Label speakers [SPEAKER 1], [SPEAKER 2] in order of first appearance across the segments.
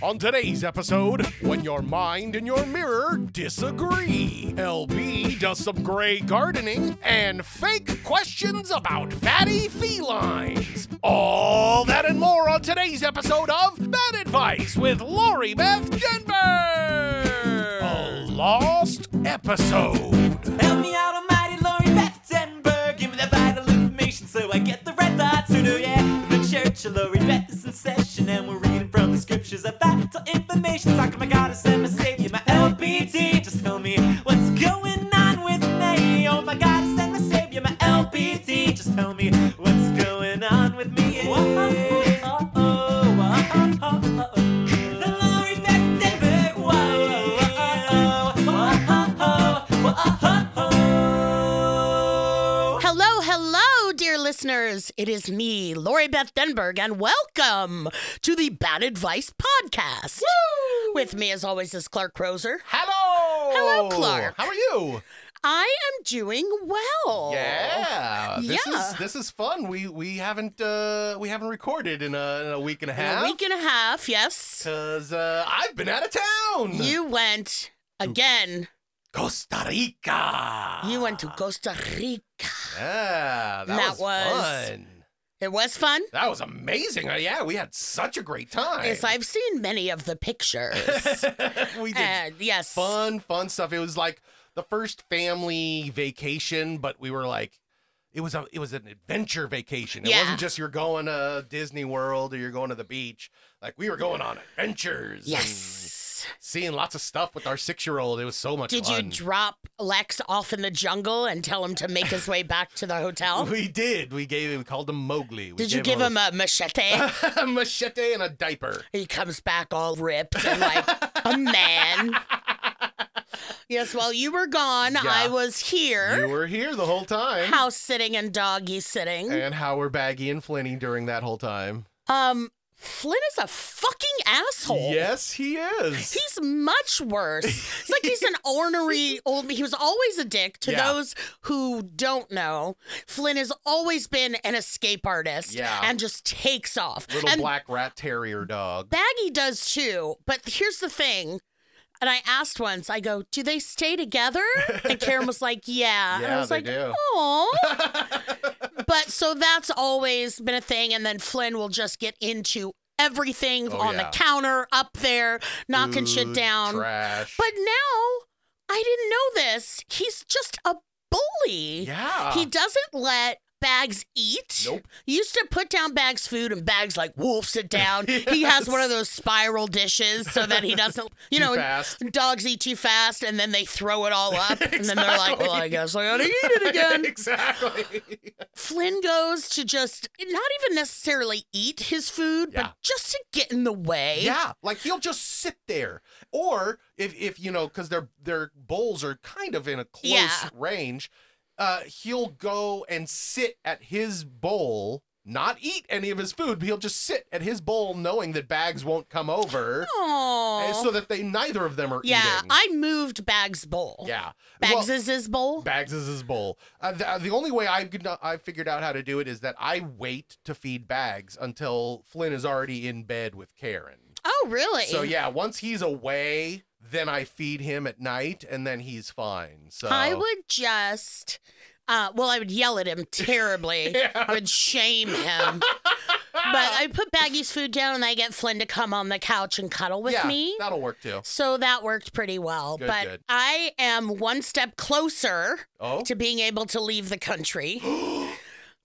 [SPEAKER 1] On today's episode, when your mind and your mirror disagree, LB does some gray gardening and fake questions about fatty felines. All that and more on today's episode of Bad Advice with Lori Beth Denver. A lost episode.
[SPEAKER 2] Help me out, almighty Lori Bettenberg. Give me the vital information so I get the right thoughts. Who do yeah? The church of Lori Bett is in session, and we're reading from the scriptures of vital information. Talking my goddess and my savior, my LBT. Just tell me what's going on with me. Oh, my goddess and my savior, my LBT. Just tell me what's going on with me. Whoa, oh, oh, oh, oh, oh, oh. The Lori Bettenberg Way. Whoa, oh, oh.
[SPEAKER 3] Hello, hello, dear listeners. It is me, Lori Beth Denberg, and welcome to the Bad Advice Podcast. With me, as always, is Clark Crozer.
[SPEAKER 1] Hello.
[SPEAKER 3] Hello, Clark.
[SPEAKER 1] How are you?
[SPEAKER 3] I am doing well.
[SPEAKER 1] Yeah, this
[SPEAKER 3] Yeah.
[SPEAKER 1] is this is fun. We we haven't uh, we haven't recorded in a, in a week and a
[SPEAKER 3] In
[SPEAKER 1] half.
[SPEAKER 3] A week and a half, yes.
[SPEAKER 1] Cause uh, I've been out of town.
[SPEAKER 3] You went again.
[SPEAKER 1] Costa Rica.
[SPEAKER 3] You went
[SPEAKER 1] Ah.
[SPEAKER 3] to Costa Rica.
[SPEAKER 1] Yeah, that,
[SPEAKER 3] That
[SPEAKER 1] was,
[SPEAKER 3] was-
[SPEAKER 1] fun.
[SPEAKER 3] It was fun.
[SPEAKER 1] That was amazing. Uh, yeah, we had such a great time.
[SPEAKER 3] Yes, I've seen many of the pictures.
[SPEAKER 1] we did
[SPEAKER 3] and yes.
[SPEAKER 1] fun, fun stuff. It was like the first family vacation, but we were like, it was a it was an adventure vacation. It
[SPEAKER 3] Yeah.
[SPEAKER 1] wasn't just you're going to Disney World or you're going to the beach. Like we were going on adventures. and
[SPEAKER 3] Yes.
[SPEAKER 1] Seeing lots of stuff with our six year old. It was so much
[SPEAKER 3] Did
[SPEAKER 1] fun.
[SPEAKER 3] you drop Lex off in the jungle and tell him to make his way back to the hotel?
[SPEAKER 1] we did. We gave him. We called him Mowgli. We
[SPEAKER 3] Oh. Did you
[SPEAKER 1] gave
[SPEAKER 3] give him a machete?
[SPEAKER 1] a, a machete and a diaper?
[SPEAKER 3] he comes back all ripped and like a man. Yes, while you were gone,
[SPEAKER 1] Yeah.
[SPEAKER 3] I was
[SPEAKER 1] You
[SPEAKER 3] here,
[SPEAKER 1] were here the whole time.
[SPEAKER 3] house sitting and doggy sitting.
[SPEAKER 1] and how were Baggy and Flinny during that whole time?
[SPEAKER 3] Um, Flynn is a fucking asshole.
[SPEAKER 1] Yes, he is.
[SPEAKER 3] He's much worse. It's like he's an ornery old. He was always a dick to
[SPEAKER 1] Yeah.
[SPEAKER 3] those who don't know. Flynn has always been an escape artist
[SPEAKER 1] Yeah.
[SPEAKER 3] and just takes off.
[SPEAKER 1] Little
[SPEAKER 3] and
[SPEAKER 1] black rat terrier dog.
[SPEAKER 3] Baggy does too, but here's the thing. And I asked once, I go, do they stay together? And Karen was like, yeah. and
[SPEAKER 1] Yeah,
[SPEAKER 3] I was
[SPEAKER 1] they
[SPEAKER 3] like,
[SPEAKER 1] do.
[SPEAKER 3] oh. but so that's always been a thing. And then Flynn will just get into everything
[SPEAKER 1] Oh,
[SPEAKER 3] on
[SPEAKER 1] yeah.
[SPEAKER 3] the counter, up there, knocking shit
[SPEAKER 1] Food,
[SPEAKER 3] down.
[SPEAKER 1] Trash.
[SPEAKER 3] But now I didn't know this. He's just a bully.
[SPEAKER 1] yeah.
[SPEAKER 3] He doesn't let Bags eat.
[SPEAKER 1] Nope.
[SPEAKER 3] He used to put down Bags food and Bags like wolfs it down. He has one of those spiral dishes so that he doesn't, you
[SPEAKER 1] Too
[SPEAKER 3] know,
[SPEAKER 1] fast.
[SPEAKER 3] dogs eat too fast and then they throw it all up and then they're like, well, I
[SPEAKER 1] Exactly.
[SPEAKER 3] guess I gotta eat it again.
[SPEAKER 1] exactly.
[SPEAKER 3] Flynn goes to just not even necessarily eat his food,
[SPEAKER 1] Yeah.
[SPEAKER 3] but just to get in the way.
[SPEAKER 1] yeah, like he'll just sit there, or if if you know, because their their bowls are kind of in a close
[SPEAKER 3] Yeah.
[SPEAKER 1] range, uh, he'll go and sit at his bowl. Not eat any of his food, but he'll just sit at his bowl knowing that bags won't come over.
[SPEAKER 3] Aw.
[SPEAKER 1] and so that they neither of them are
[SPEAKER 3] yeah,
[SPEAKER 1] eating.
[SPEAKER 3] I moved Bags' bowl.
[SPEAKER 1] yeah,
[SPEAKER 3] Bags
[SPEAKER 1] Well,
[SPEAKER 3] is his bowl.
[SPEAKER 1] Bags is his bowl. Uh, the, uh, the only way I could not, I figured out how to do it is that I wait to feed Bags until Flynn is already in bed with Karen.
[SPEAKER 3] oh, really?
[SPEAKER 1] So yeah, once he's away, then I feed him at night, and then he's fine. So
[SPEAKER 3] I would just, uh, well, I would yell at him terribly. I would shame him. but I put Baggy's food down and I get Flynn to come on the couch and cuddle with
[SPEAKER 1] yeah,
[SPEAKER 3] me.
[SPEAKER 1] that'll work too.
[SPEAKER 3] So that worked pretty well.
[SPEAKER 1] Good,
[SPEAKER 3] but
[SPEAKER 1] good.
[SPEAKER 3] I am one step closer
[SPEAKER 1] Oh,
[SPEAKER 3] to being able to leave the country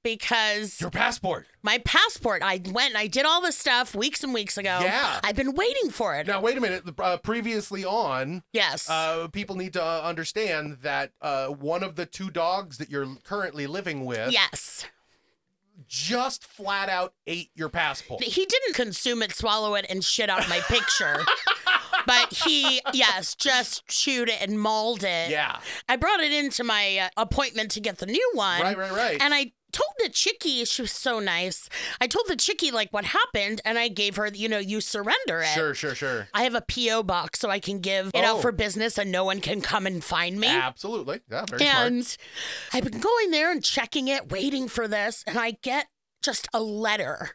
[SPEAKER 3] because
[SPEAKER 1] your passport.
[SPEAKER 3] my passport, I went and I did all this stuff weeks and weeks ago.
[SPEAKER 1] Yeah.
[SPEAKER 3] I've been waiting for it.
[SPEAKER 1] Now wait a minute. The- Uh, previously on,
[SPEAKER 3] Yes.
[SPEAKER 1] uh, people need to uh, understand that uh, one of the two dogs that you're currently living with
[SPEAKER 3] yes.
[SPEAKER 1] just flat out ate your passport.
[SPEAKER 3] He didn't consume it, swallow it, and shit out my picture. but he, yes, just chewed it and mauled it.
[SPEAKER 1] Yeah.
[SPEAKER 3] I brought it into my uh, appointment to get the new one.
[SPEAKER 1] Right, right, right.
[SPEAKER 3] And I told the chickie, she was so nice. I told the chickie, like, what happened, and I gave her, you know, you surrender it.
[SPEAKER 1] Sure, sure, sure.
[SPEAKER 3] I have a P.O. box so I can give it
[SPEAKER 1] Oh.
[SPEAKER 3] out for business and no one can come and find me.
[SPEAKER 1] Absolutely. Yeah, very smart.
[SPEAKER 3] And I've been going there and checking it, waiting for this, and I get just a letter,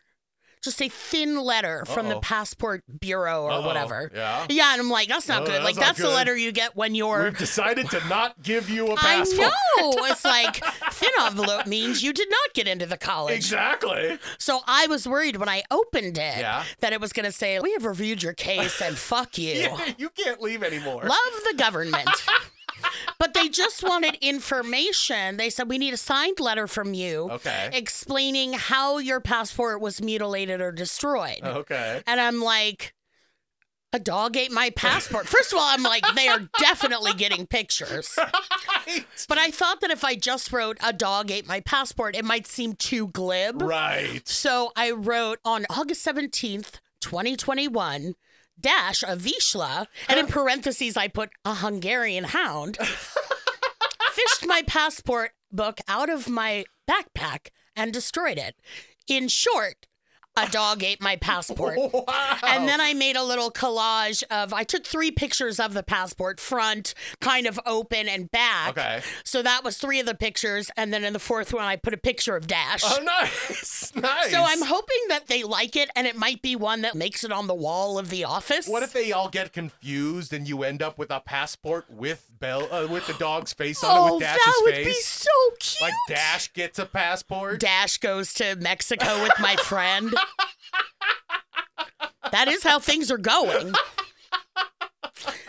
[SPEAKER 3] just a thin letter from
[SPEAKER 1] Uh-oh.
[SPEAKER 3] the passport bureau or
[SPEAKER 1] Uh-oh.
[SPEAKER 3] whatever.
[SPEAKER 1] Yeah.
[SPEAKER 3] Yeah, and I'm like, that's not
[SPEAKER 1] No,
[SPEAKER 3] good.
[SPEAKER 1] that's
[SPEAKER 3] like
[SPEAKER 1] not
[SPEAKER 3] that's the
[SPEAKER 1] good.
[SPEAKER 3] letter you get when you're.
[SPEAKER 1] We've decided to not give you a
[SPEAKER 3] I
[SPEAKER 1] passport.
[SPEAKER 3] know. it's like thin envelope means you did not get into the college.
[SPEAKER 1] Exactly.
[SPEAKER 3] So I was worried when I opened it
[SPEAKER 1] Yeah.
[SPEAKER 3] that it was going to say, "We have reviewed your case and fuck you."
[SPEAKER 1] Yeah, you can't leave anymore.
[SPEAKER 3] Love the government. but they just wanted information. They said, we need a signed letter from you
[SPEAKER 1] Okay.
[SPEAKER 3] explaining how your passport was mutilated or destroyed.
[SPEAKER 1] Oh. okay.
[SPEAKER 3] And I'm like, a dog ate my passport. First of all, I'm like, they are definitely getting pictures. But I thought that if I just wrote, a dog ate my passport, it might seem too glib.
[SPEAKER 1] Right.
[SPEAKER 3] So I wrote on August 17th, 2021, dash a Vishla, and in parentheses, I put a Hungarian hound, fished my passport book out of my backpack and destroyed it. In short, a dog ate my passport.
[SPEAKER 1] Wow.
[SPEAKER 3] And then I made a little collage of I took three pictures of the passport front, kind of open and back.
[SPEAKER 1] Okay.
[SPEAKER 3] So that was three of the pictures, and then in the fourth one I put a picture of Dash.
[SPEAKER 1] Oh, nice. Nice.
[SPEAKER 3] So I'm hoping that they like it, and it might be one that makes it on the wall of the office.
[SPEAKER 1] What if they all get confused and you end up with a passport with Bell uh, with the dog's face on it
[SPEAKER 3] Oh,
[SPEAKER 1] with Dash's
[SPEAKER 3] that would
[SPEAKER 1] face?
[SPEAKER 3] be so cute.
[SPEAKER 1] like Dash gets a passport.
[SPEAKER 3] Dash goes to Mexico with my friend. that is how things are going.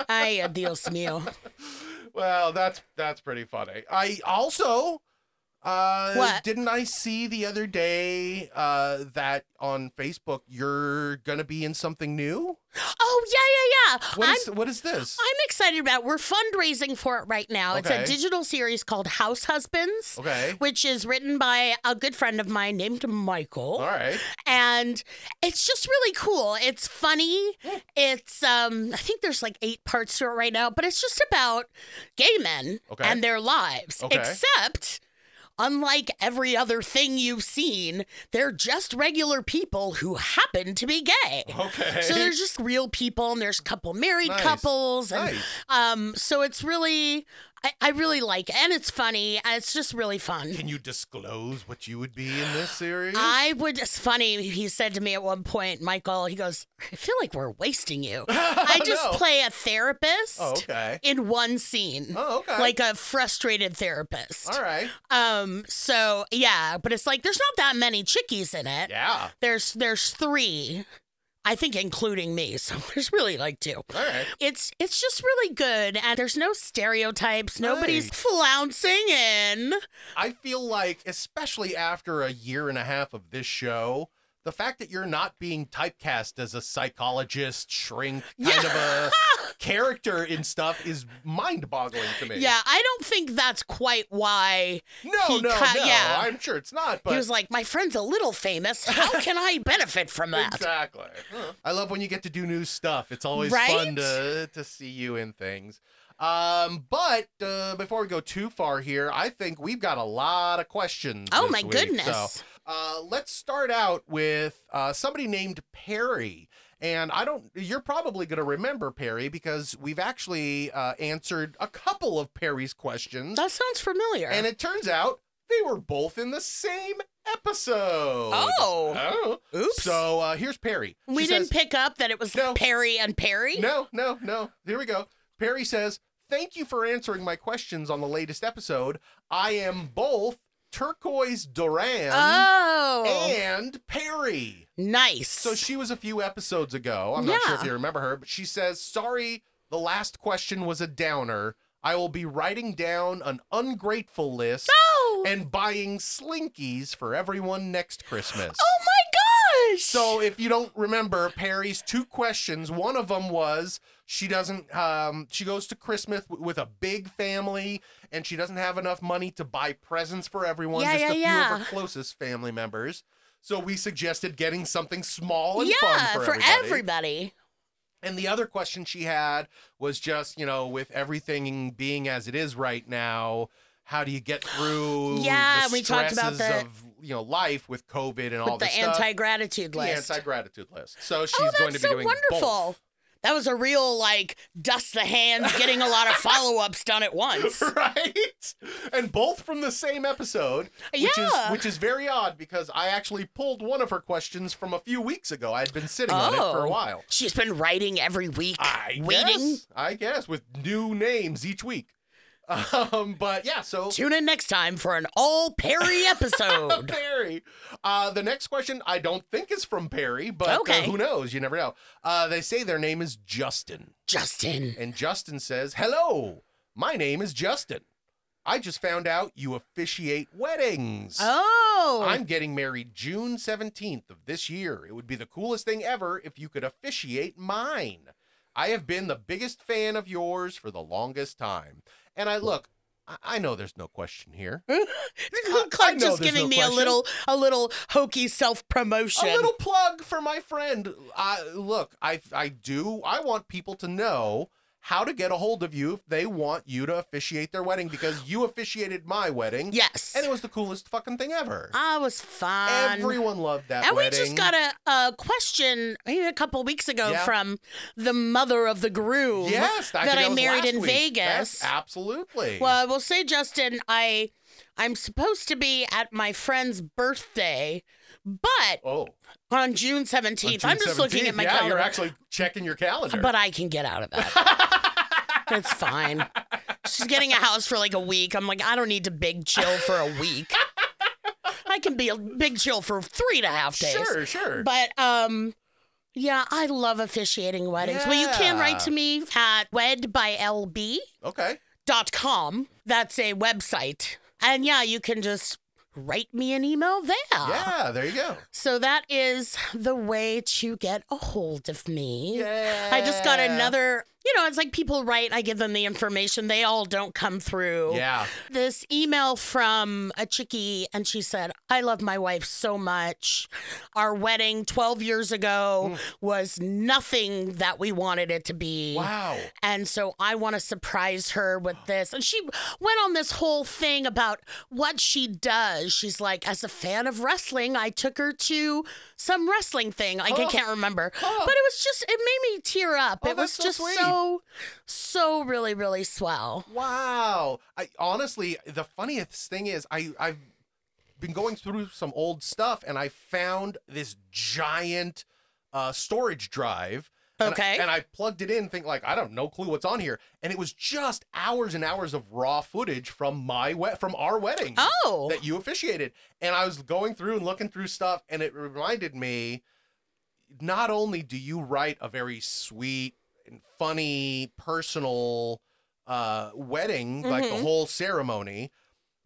[SPEAKER 3] Ay, adios mío.
[SPEAKER 1] well, that's that's pretty funny. I also uh
[SPEAKER 3] What?
[SPEAKER 1] didn't I see the other day uh that on Facebook you're going to be in something new?
[SPEAKER 3] Oh yeah, yeah, yeah.
[SPEAKER 1] What
[SPEAKER 3] I'm
[SPEAKER 1] is what is this?
[SPEAKER 3] I'm excited about. We're fundraising for it right now.
[SPEAKER 1] Okay.
[SPEAKER 3] It's a digital series called House Husbands,
[SPEAKER 1] Okay.
[SPEAKER 3] which is written by a good friend of mine named Michael.
[SPEAKER 1] All right.
[SPEAKER 3] and it's just really cool. It's funny. It's um I think there's like eight parts to it right now, but it's just about gay men
[SPEAKER 1] Okay.
[SPEAKER 3] and their lives.
[SPEAKER 1] Okay.
[SPEAKER 3] Except unlike every other thing you've seen, they're just regular people who happen to be gay.
[SPEAKER 1] Okay.
[SPEAKER 3] So there's just real people, and there's a couple married
[SPEAKER 1] Nice.
[SPEAKER 3] couples, and
[SPEAKER 1] Nice.
[SPEAKER 3] um, so it's really, I, I really like, it. and it's funny, and it's just really fun.
[SPEAKER 1] Can you disclose what you would be in this series?
[SPEAKER 3] I would. It's funny. He said to me at one point, Michael. He goes, "I feel like we're wasting you. I just
[SPEAKER 1] no.
[SPEAKER 3] play a therapist
[SPEAKER 1] Oh, okay.
[SPEAKER 3] in one scene,
[SPEAKER 1] Oh, okay.
[SPEAKER 3] like a frustrated therapist.
[SPEAKER 1] All right.
[SPEAKER 3] Um. So yeah, but it's like there's not that many chickies in it.
[SPEAKER 1] Yeah.
[SPEAKER 3] There's there's three, I think, including me. So there's really like two.
[SPEAKER 1] All right.
[SPEAKER 3] It's it's just really good, and there's no stereotypes. Nobody's
[SPEAKER 1] Nice.
[SPEAKER 3] flouncing in.
[SPEAKER 1] I feel like, especially after a year and a half of this show, the fact that you're not being typecast as a psychologist, shrink kind of a character in stuff is mind boggling to me.
[SPEAKER 3] Yeah, I don't think that's quite why
[SPEAKER 1] No,
[SPEAKER 3] he
[SPEAKER 1] no,
[SPEAKER 3] cut-
[SPEAKER 1] no.
[SPEAKER 3] yeah.
[SPEAKER 1] I'm sure it's not, but.
[SPEAKER 3] he was like, "My friend's a little famous. How can I benefit from that?"
[SPEAKER 1] Exactly. I love when you get to do new stuff. It's always
[SPEAKER 3] Right?
[SPEAKER 1] fun to to see you in things. Um, but uh, before we go too far here, I think we've got a lot of questions.
[SPEAKER 3] Oh
[SPEAKER 1] this
[SPEAKER 3] my
[SPEAKER 1] week.
[SPEAKER 3] goodness.
[SPEAKER 1] So, uh, let's start out with uh, somebody named Perry. And I don't. You're probably going to remember Perry because we've actually uh, answered a couple of Perry's questions,
[SPEAKER 3] That sounds familiar.
[SPEAKER 1] and it turns out they were both in the same episode.
[SPEAKER 3] Oh.
[SPEAKER 1] Oh.
[SPEAKER 3] Oops.
[SPEAKER 1] So uh, here's Perry. She
[SPEAKER 3] we didn't
[SPEAKER 1] says-
[SPEAKER 3] pick up that it was
[SPEAKER 1] No.
[SPEAKER 3] Perry and Perry.
[SPEAKER 1] No, no, no. Here we go. Perry says, "Thank you for answering my questions on the latest episode. I am both Turquoise Duran
[SPEAKER 3] Oh,
[SPEAKER 1] and Perry."
[SPEAKER 3] nice.
[SPEAKER 1] So she was a few episodes ago. I'm not sure if
[SPEAKER 3] Yeah.
[SPEAKER 1] you remember her, but she says, "Sorry, the last question was a downer. I will be writing down an ungrateful list."
[SPEAKER 3] oh,
[SPEAKER 1] And buying slinkies for everyone next Christmas.
[SPEAKER 3] oh gosh.
[SPEAKER 1] So if you don't remember Perry's two questions, one of them was she doesn't um she goes to Christmas w- with a big family and she doesn't have enough money to buy presents for everyone,
[SPEAKER 3] Yeah,
[SPEAKER 1] just a few
[SPEAKER 3] yeah,
[SPEAKER 1] of
[SPEAKER 3] yeah.
[SPEAKER 1] her closest family members. So we suggested getting something small and
[SPEAKER 3] yeah,
[SPEAKER 1] fun for,
[SPEAKER 3] for
[SPEAKER 1] everybody.
[SPEAKER 3] everybody.
[SPEAKER 1] And the other question she had was just, you know, with everything being as it is right now, how do you get through
[SPEAKER 3] Yeah,
[SPEAKER 1] the
[SPEAKER 3] we talked about
[SPEAKER 1] stresses
[SPEAKER 3] the-
[SPEAKER 1] of, you know, life with COVID and all
[SPEAKER 3] With the
[SPEAKER 1] this stuff?
[SPEAKER 3] anti gratitude list.
[SPEAKER 1] anti gratitude list. So she's
[SPEAKER 3] oh, that's
[SPEAKER 1] going to be
[SPEAKER 3] so
[SPEAKER 1] doing
[SPEAKER 3] wonderful.
[SPEAKER 1] both.
[SPEAKER 3] That was a real like dust the hands, getting a lot of follow ups done at once.
[SPEAKER 1] Right? And both from the same episode. Which is
[SPEAKER 3] Yeah.
[SPEAKER 1] which is very odd because I actually pulled one of her questions from a few weeks ago. I had been sitting on it for a
[SPEAKER 3] Oh.
[SPEAKER 1] while.
[SPEAKER 3] She's been writing every week,
[SPEAKER 1] I
[SPEAKER 3] waiting.
[SPEAKER 1] guess. I guess with new names each week. Um, but yeah, so
[SPEAKER 3] Tune in next time for an all Perry episode.
[SPEAKER 1] Perry. Uh, the next question I don't think is from Perry, but uh,
[SPEAKER 3] Okay.
[SPEAKER 1] who knows? You never know. Uh, they say their name is Justin.
[SPEAKER 3] Justin.
[SPEAKER 1] And Justin says, Hello, my name is Justin. I just found out you officiate weddings.
[SPEAKER 3] Oh.
[SPEAKER 1] I'm getting married June 17th of this year. It would be the coolest thing ever if you could officiate mine. I have been the biggest fan of yours for the longest time. And I look, I, I know there's no question here. I- I
[SPEAKER 3] Clark
[SPEAKER 1] know
[SPEAKER 3] just
[SPEAKER 1] there's no
[SPEAKER 3] giving me a
[SPEAKER 1] question.
[SPEAKER 3] little a little hokey self promotion.
[SPEAKER 1] A little plug for my friend. I, look, I I do. I want people to know how to get a hold of you if they want you to officiate their wedding because you officiated my wedding.
[SPEAKER 3] Yes.
[SPEAKER 1] And it was the coolest fucking thing ever.
[SPEAKER 3] I was fun.
[SPEAKER 1] Everyone loved that
[SPEAKER 3] and we
[SPEAKER 1] wedding.
[SPEAKER 3] just got a, a question maybe a couple weeks ago
[SPEAKER 1] Yeah.
[SPEAKER 3] from the mother of the groom
[SPEAKER 1] yes
[SPEAKER 3] that,
[SPEAKER 1] I, think
[SPEAKER 3] I
[SPEAKER 1] was
[SPEAKER 3] married
[SPEAKER 1] last
[SPEAKER 3] in
[SPEAKER 1] week.
[SPEAKER 3] Vegas.
[SPEAKER 1] That's- absolutely.
[SPEAKER 3] Well, I will say, Justin, I I'm supposed to be at my friend's birthday, but
[SPEAKER 1] oh,
[SPEAKER 3] on June
[SPEAKER 1] on
[SPEAKER 3] seventeenth,
[SPEAKER 1] June
[SPEAKER 3] I'm just looking at
[SPEAKER 1] 17th.
[SPEAKER 3] my
[SPEAKER 1] yeah,
[SPEAKER 3] calendar.
[SPEAKER 1] You're actually checking your calendar.
[SPEAKER 3] but I can get out of that. That's fine. She's getting a house for like a week. I'm like, I don't need to big chill for a week. I can be a big chill for three and a half days.
[SPEAKER 1] sure, sure.
[SPEAKER 3] But um yeah, I love officiating weddings. Well, you can write to
[SPEAKER 1] Yeah.
[SPEAKER 3] me at wedbylb.com.
[SPEAKER 1] okay.
[SPEAKER 3] That's a website. And yeah, you can just write me an email there.
[SPEAKER 1] Yeah, there you go.
[SPEAKER 3] So that is the way to get a hold of me.
[SPEAKER 1] Yeah.
[SPEAKER 3] I just got another, you know, it's like people write, I give them the information, they all don't come through.
[SPEAKER 1] Yeah.
[SPEAKER 3] This email from a chickie, and she said, I love my wife so much. Our wedding 12 years ago
[SPEAKER 1] Mm.
[SPEAKER 3] was nothing that we wanted it to be.
[SPEAKER 1] Wow.
[SPEAKER 3] And so I want to surprise her with this. And she went on this whole thing about what she does. She's like, as a fan of wrestling, I took her to some wrestling thing. Like, I
[SPEAKER 1] Oh.
[SPEAKER 3] can't remember.
[SPEAKER 1] Oh.
[SPEAKER 3] But it was just, it made me tear up.
[SPEAKER 1] Oh,
[SPEAKER 3] it
[SPEAKER 1] that's
[SPEAKER 3] was
[SPEAKER 1] so
[SPEAKER 3] just
[SPEAKER 1] sweet.
[SPEAKER 3] so, so really, really swell.
[SPEAKER 1] Wow. I honestly the funniest thing is I I've been going through some old stuff and I found this giant uh storage drive. and I-
[SPEAKER 3] Okay.
[SPEAKER 1] And I, plugged it in, think like I don't no clue what's on here, and it was just hours and hours of raw footage from my we- from our wedding
[SPEAKER 3] Oh.
[SPEAKER 1] that you officiated. And I was going through and looking through stuff, and it reminded me not only do you write a very sweet and funny personal uh, wedding, like the
[SPEAKER 3] Mhm.
[SPEAKER 1] whole ceremony,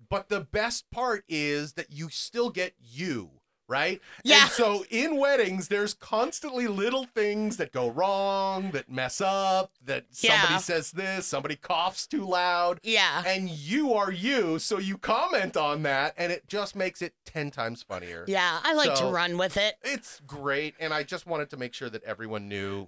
[SPEAKER 1] but the best part is that you still get you. Right?
[SPEAKER 3] Yeah.
[SPEAKER 1] And so in weddings, there's constantly little things that go wrong, that mess up, that somebody
[SPEAKER 3] Yeah.
[SPEAKER 1] says this, somebody coughs too loud
[SPEAKER 3] yeah.
[SPEAKER 1] and you are you, so you comment on that, and it just makes it ten times funnier.
[SPEAKER 3] yeah. I like
[SPEAKER 1] So-
[SPEAKER 3] to run with it.
[SPEAKER 1] It's great, and I just wanted to make sure that everyone knew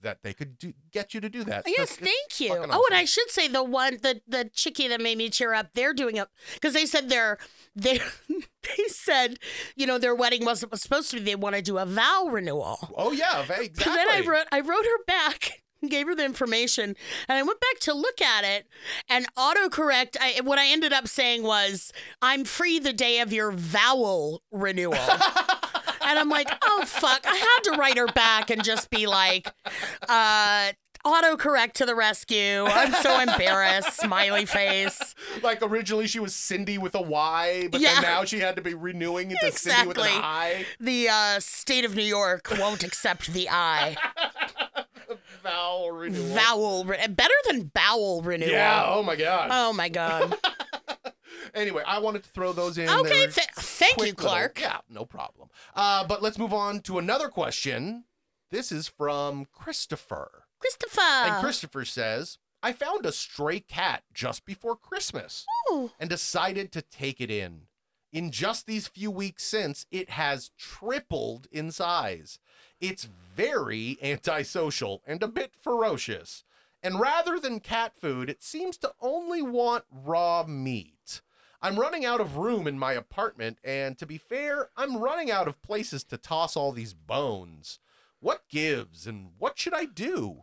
[SPEAKER 1] that they could do, get you to do that.
[SPEAKER 3] Oh, Yes,
[SPEAKER 1] That's- it's
[SPEAKER 3] thank you.
[SPEAKER 1] fucking
[SPEAKER 3] Oh, and I
[SPEAKER 1] awesome.
[SPEAKER 3] should say the one the the chickie that made me cheer up. They're doing it because they said their they they said you know their wedding wasn't was supposed to be. They want to do a vow renewal.
[SPEAKER 1] Oh yeah, ve-
[SPEAKER 3] So
[SPEAKER 1] exactly.
[SPEAKER 3] then I wrote I wrote her back. Gave her the information, and I went back to look at it. And autocorrect, I, what I ended up saying was, "I'm free the day of your vowel renewal." and I'm like, "Oh fuck!" I had to write her back and just be like, uh, "Autocorrect to the rescue!" I'm so embarrassed. Smiley face.
[SPEAKER 1] like originally she was Cindy with a Y, but
[SPEAKER 3] Yeah.
[SPEAKER 1] then now she had to be renewing into Cindy with an
[SPEAKER 3] Exactly.
[SPEAKER 1] I
[SPEAKER 3] The uh, state of New York won't accept the I
[SPEAKER 1] vowel renewal.
[SPEAKER 3] vowel. Re- better than bowel renewal.
[SPEAKER 1] yeah. Oh my god.
[SPEAKER 3] Oh my god.
[SPEAKER 1] anyway, I wanted to throw those in. They
[SPEAKER 3] Okay,
[SPEAKER 1] were
[SPEAKER 3] th- thank you,
[SPEAKER 1] quick little-
[SPEAKER 3] Clark.
[SPEAKER 1] yeah, no problem. Uh, but let's move on to another question. This is from Christopher.
[SPEAKER 3] Christopher.
[SPEAKER 1] And Christopher says, I found a stray cat just before Christmas
[SPEAKER 3] Ooh.
[SPEAKER 1] and decided to take it in. In just these few weeks since, it has tripled in size. It's very antisocial and a bit ferocious. And rather than cat food, it seems to only want raw meat. I'm running out of room in my apartment, and to be fair, I'm running out of places to toss all these bones. What gives, and what should I do?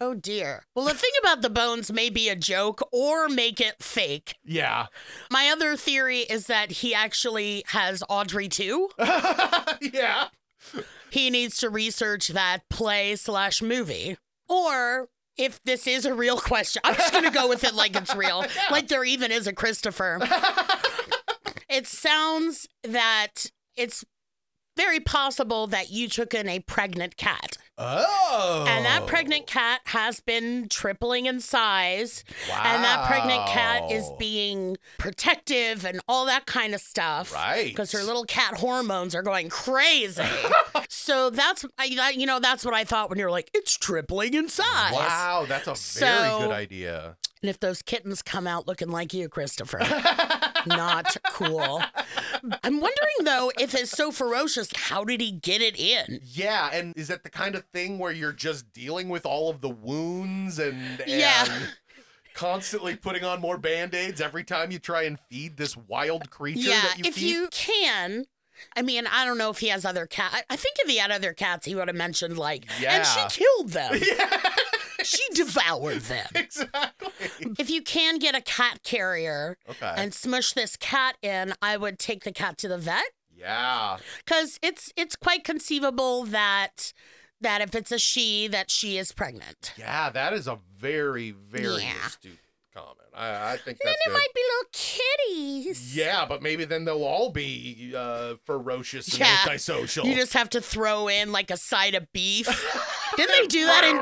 [SPEAKER 3] Oh dear. Well, the thing about the bones may be a joke or make it fake.
[SPEAKER 1] Yeah.
[SPEAKER 3] My other theory is that he actually has Audrey too.
[SPEAKER 1] yeah.
[SPEAKER 3] he needs to research that play slash movie. Or if this is a real question, I'm just going to go with it like it's real, like there even is a Christopher. it sounds that it's very possible that you took in a pregnant cat.
[SPEAKER 1] Oh.
[SPEAKER 3] And that pregnant cat has been tripling in size.
[SPEAKER 1] wow.
[SPEAKER 3] And that pregnant cat is being protective and all that kind of stuff.
[SPEAKER 1] Right.
[SPEAKER 3] Because her little cat hormones are going crazy. so that's, I, that, you know, that's what I thought when you were like, it's tripling in size.
[SPEAKER 1] Wow, that's a very
[SPEAKER 3] So-
[SPEAKER 1] good idea.
[SPEAKER 3] And if those kittens come out looking like you, Christopher, not cool. I'm wondering, though, if it's so ferocious, how did he get it in?
[SPEAKER 1] Yeah, and is that the kind of thing where you're just dealing with all of the wounds and, and
[SPEAKER 3] Yeah.
[SPEAKER 1] constantly putting on more band-aids every time you try and feed this wild creature
[SPEAKER 3] Yeah,
[SPEAKER 1] that you
[SPEAKER 3] if
[SPEAKER 1] keep?
[SPEAKER 3] you can. I mean, I don't know if he has other cats. I, I think if he had other cats, he would have mentioned like, and
[SPEAKER 1] Yeah.
[SPEAKER 3] she killed them.
[SPEAKER 1] Yeah,
[SPEAKER 3] she devoured them.
[SPEAKER 1] exactly.
[SPEAKER 3] If you can get a cat carrier
[SPEAKER 1] Okay.
[SPEAKER 3] and smush this cat in, I would take the cat to the vet
[SPEAKER 1] yeah.
[SPEAKER 3] because it's it's quite conceivable that that if it's a she, that she is pregnant.
[SPEAKER 1] Yeah, that is a very, very
[SPEAKER 3] Yeah.
[SPEAKER 1] astute comment. I, I think
[SPEAKER 3] Then
[SPEAKER 1] that's good.
[SPEAKER 3] there might be little kitties.
[SPEAKER 1] Yeah, but maybe then they'll all be uh, ferocious and
[SPEAKER 3] Yeah.
[SPEAKER 1] antisocial.
[SPEAKER 3] You just have to throw in like a side of beef. Didn't they do that in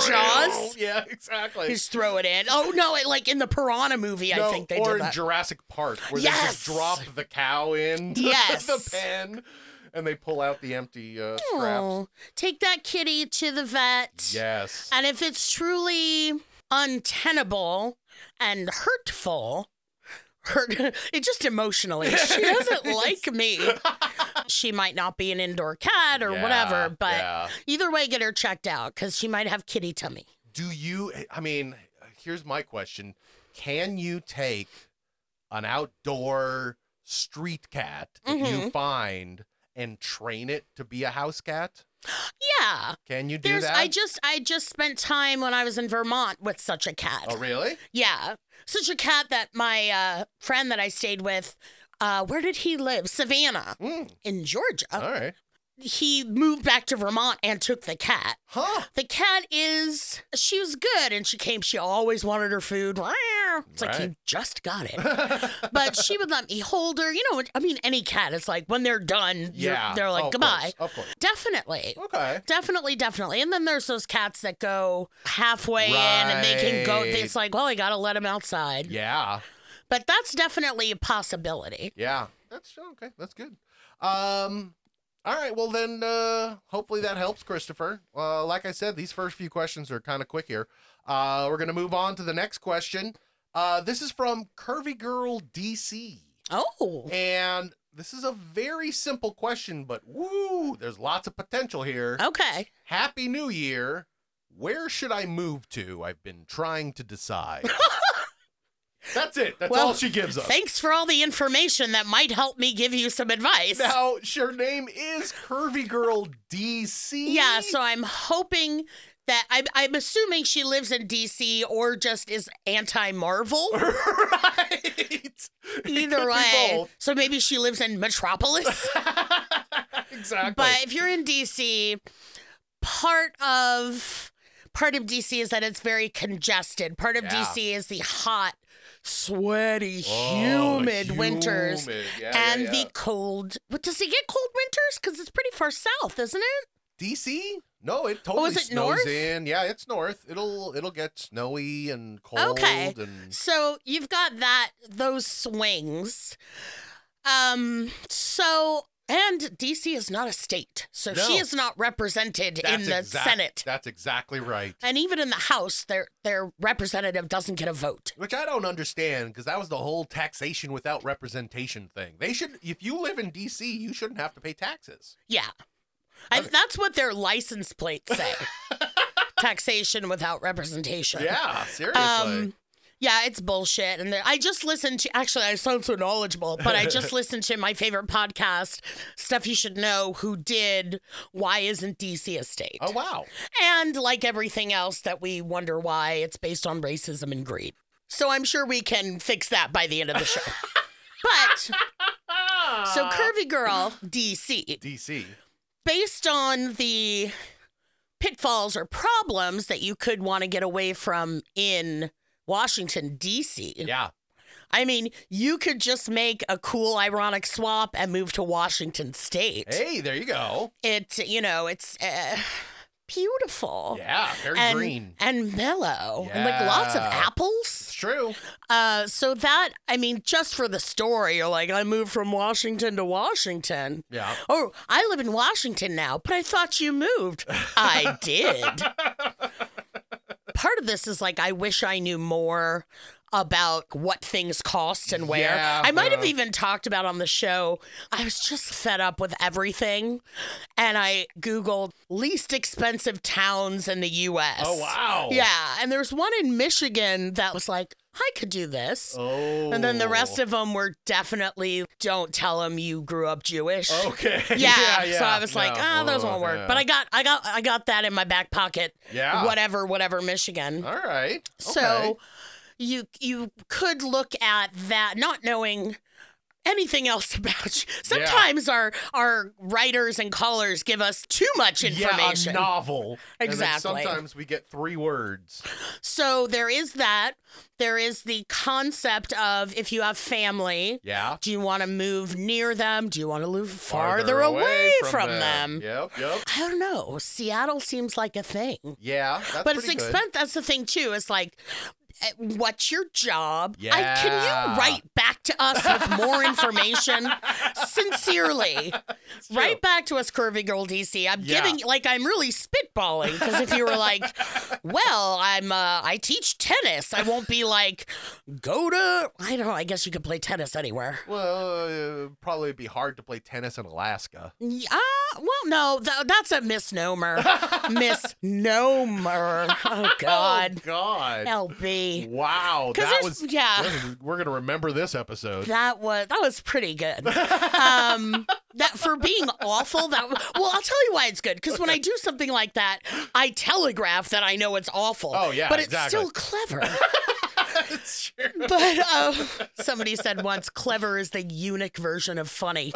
[SPEAKER 3] Jaws?
[SPEAKER 1] Yeah, exactly.
[SPEAKER 3] You Just throw it in. Oh no! It, like in the Piranha movie, I
[SPEAKER 1] No,
[SPEAKER 3] think they
[SPEAKER 1] or
[SPEAKER 3] did
[SPEAKER 1] in
[SPEAKER 3] that.
[SPEAKER 1] Jurassic Park, where they just
[SPEAKER 3] Yes!
[SPEAKER 1] drop the cow in to
[SPEAKER 3] Yes.
[SPEAKER 1] the pen, and they pull out the empty uh, scraps.
[SPEAKER 3] Oh, take that kitty to the vet.
[SPEAKER 1] Yes.
[SPEAKER 3] And if it's truly untenable and hurtful, hurt it just emotionally. She doesn't like me. She might not be an indoor cat or
[SPEAKER 1] Yeah,
[SPEAKER 3] whatever, but
[SPEAKER 1] yeah.
[SPEAKER 3] either way, get her checked out because she might have kitty tummy.
[SPEAKER 1] Do you? I mean, here's my question: Can you take an outdoor street cat that
[SPEAKER 3] Mm-hmm.
[SPEAKER 1] you find and train it to be a house cat?
[SPEAKER 3] Yeah.
[SPEAKER 1] Can you do
[SPEAKER 3] There's
[SPEAKER 1] that?
[SPEAKER 3] I just I just spent time when I was in Vermont with such a cat.
[SPEAKER 1] oh, really?
[SPEAKER 3] Yeah. Such a cat that my uh, friend that I stayed with, uh, where did he live? Savannah
[SPEAKER 1] Mm,
[SPEAKER 3] in Georgia.
[SPEAKER 1] all right.
[SPEAKER 3] He moved back to Vermont and took the cat.
[SPEAKER 1] Huh?
[SPEAKER 3] The cat is, she was good and she came, she always wanted her food. Rawr. It's like
[SPEAKER 1] Right.
[SPEAKER 3] you just got it. but she would let me hold her. You know, I mean, any cat, it's like when they're done, you're-
[SPEAKER 1] Yeah.
[SPEAKER 3] they're like,
[SPEAKER 1] of course,
[SPEAKER 3] goodbye.
[SPEAKER 1] of course.
[SPEAKER 3] Definitely.
[SPEAKER 1] Okay.
[SPEAKER 3] Definitely, definitely. And then there's those cats that go halfway in and they can go.
[SPEAKER 1] Right.
[SPEAKER 3] It's like, well, I got to let them outside.
[SPEAKER 1] Yeah.
[SPEAKER 3] But that's definitely a possibility.
[SPEAKER 1] Yeah. That's okay. That's good. Um all right, well then uh hopefully that helps Christopher. Uh like I said, these first few questions are kind of quick here. Uh we're going to move on to the next question. Uh this is from Curvy Girl DC.
[SPEAKER 3] Oh,
[SPEAKER 1] And this is a very simple question, but woo, there's lots of potential here.
[SPEAKER 3] okay.
[SPEAKER 1] Happy New Year. Where should I move to? I've been trying to decide. That's it. That's
[SPEAKER 3] Well,
[SPEAKER 1] all she gives us.
[SPEAKER 3] Thanks for all the information that might help me give you some advice.
[SPEAKER 1] Now, her name is Curvy Girl DC.
[SPEAKER 3] Yeah, so I'm hoping that I'm, I'm assuming she lives in DC or just is anti Marvel.
[SPEAKER 1] right. It could
[SPEAKER 3] Either
[SPEAKER 1] be
[SPEAKER 3] way.
[SPEAKER 1] both.
[SPEAKER 3] So maybe she lives in Metropolis.
[SPEAKER 1] exactly.
[SPEAKER 3] but if you're in DC, part of part of DC is that it's very congested. Part of
[SPEAKER 1] Yeah.
[SPEAKER 3] DC is the hot, sweaty,
[SPEAKER 1] Oh,
[SPEAKER 3] humid, winters.
[SPEAKER 1] humid. Yeah, yeah,
[SPEAKER 3] and
[SPEAKER 1] yeah.
[SPEAKER 3] the cold. What does it get cold winters? Because it's pretty far south, isn't it?
[SPEAKER 1] DC? No, it totally
[SPEAKER 3] Oh, is it
[SPEAKER 1] snows
[SPEAKER 3] north?
[SPEAKER 1] in. Yeah, it's north. It'll it'll get snowy and cold
[SPEAKER 3] Okay.
[SPEAKER 1] and
[SPEAKER 3] So you've got that those swings. Um, so And DC is not a state, so
[SPEAKER 1] No.
[SPEAKER 3] she is not represented in
[SPEAKER 1] That's
[SPEAKER 3] the
[SPEAKER 1] exact-
[SPEAKER 3] Senate.
[SPEAKER 1] That's exactly right.
[SPEAKER 3] And even in the House, their their representative doesn't get a vote.
[SPEAKER 1] Which I don't understand because that was the whole taxation without representation thing. They should, if you live in DC, you shouldn't have to pay taxes.
[SPEAKER 3] Yeah. I, that's what their license plates say. Taxation without representation.
[SPEAKER 1] Yeah, seriously.
[SPEAKER 3] Um, yeah, it's bullshit. And there- I just listened to, actually, I sound so knowledgeable, but I just listened to my favorite podcast, Stuff You Should Know, who did Why Isn't DC a State?
[SPEAKER 1] oh, wow.
[SPEAKER 3] And like everything else that we wonder why, it's based on racism and greed. So I'm sure we can fix that by the end of the show. but, so Curvy Girl DC
[SPEAKER 1] DC.
[SPEAKER 3] based on the pitfalls or problems that you could want to get away from in Washington, D.C.
[SPEAKER 1] Yeah.
[SPEAKER 3] I mean, you could just make a cool, ironic swap and move to Washington State.
[SPEAKER 1] Hey, there you go.
[SPEAKER 3] It, you know, it's uh, beautiful.
[SPEAKER 1] Yeah, very
[SPEAKER 3] Oh. And,
[SPEAKER 1] green.
[SPEAKER 3] and mellow, and like lots of
[SPEAKER 1] Yeah.
[SPEAKER 3] apples.
[SPEAKER 1] It's true.
[SPEAKER 3] Uh, so that I mean, just for the story, you're like, I moved from Washington to Washington.
[SPEAKER 1] Yeah.
[SPEAKER 3] Oh, I live in Washington now, but I thought you moved. I did. Part of this is like, I wish I knew more about what things cost and where.
[SPEAKER 1] Yeah, uh.
[SPEAKER 3] I might have
[SPEAKER 1] well.
[SPEAKER 3] even talked about on the show. I was just fed up with everything. And I Googled least expensive towns in the US.
[SPEAKER 1] Oh, wow.
[SPEAKER 3] Yeah. And there's one in Michigan that was like, I could do this.
[SPEAKER 1] Oh.
[SPEAKER 3] And then the rest of them were definitely don't tell them you grew up Jewish.
[SPEAKER 1] Okay.
[SPEAKER 3] Yeah. So I was like,
[SPEAKER 1] No.
[SPEAKER 3] ah, those
[SPEAKER 1] Oh,
[SPEAKER 3] won't work.
[SPEAKER 1] yeah.
[SPEAKER 3] But I got, I got, I got that in my back pocket.
[SPEAKER 1] Yeah.
[SPEAKER 3] Whatever, whatever, Michigan.
[SPEAKER 1] All right. Okay.
[SPEAKER 3] So you you could look at that, not knowing anything else about you. Sometimes our our writers and callers give us too much information.
[SPEAKER 1] Yeah, a novel. And then
[SPEAKER 3] Exactly.
[SPEAKER 1] sometimes we get three words.
[SPEAKER 3] so there is that. There is the concept of if you have family.
[SPEAKER 1] Yeah.
[SPEAKER 3] Do you want to move near them? Do you want to move farther, away, from, them?
[SPEAKER 1] Yep. Yep.
[SPEAKER 3] I don't know. Seattle seems like a thing,
[SPEAKER 1] Yeah. That's
[SPEAKER 3] but it's
[SPEAKER 1] pretty good.
[SPEAKER 3] expensive. That's the thing too. It's like, eh, what's your job? I, can you
[SPEAKER 1] Yeah.
[SPEAKER 3] write back to us with more information? Sincerely, write back to us, Curvy Girl DC. I'm
[SPEAKER 1] Yeah.
[SPEAKER 3] giving like I'm really spitballing because if you were like, well, I'm uh, I teach tennis, I won't be like, go to I don't know. I guess you could play tennis anywhere.
[SPEAKER 1] Well, it'd probably be hard to play tennis in Alaska.
[SPEAKER 3] Yeah, uh, well, no, th- that's a misnomer. misnomer. Oh God,
[SPEAKER 1] God.
[SPEAKER 3] LB.
[SPEAKER 1] Wow.
[SPEAKER 3] 'Cause
[SPEAKER 1] That
[SPEAKER 3] there's-
[SPEAKER 1] was.
[SPEAKER 3] yeah.
[SPEAKER 1] that was- We're gonna remember this episode.
[SPEAKER 3] That was that was pretty good. Um, that for being awful. That well, I'll tell you why it's good. Because when I do something like that, I telegraph that I know it's awful.
[SPEAKER 1] Oh, yeah,
[SPEAKER 3] but it's
[SPEAKER 1] exactly.
[SPEAKER 3] still clever.
[SPEAKER 1] That's true.
[SPEAKER 3] But uh, somebody said once, "Clever is the eunuch version of funny."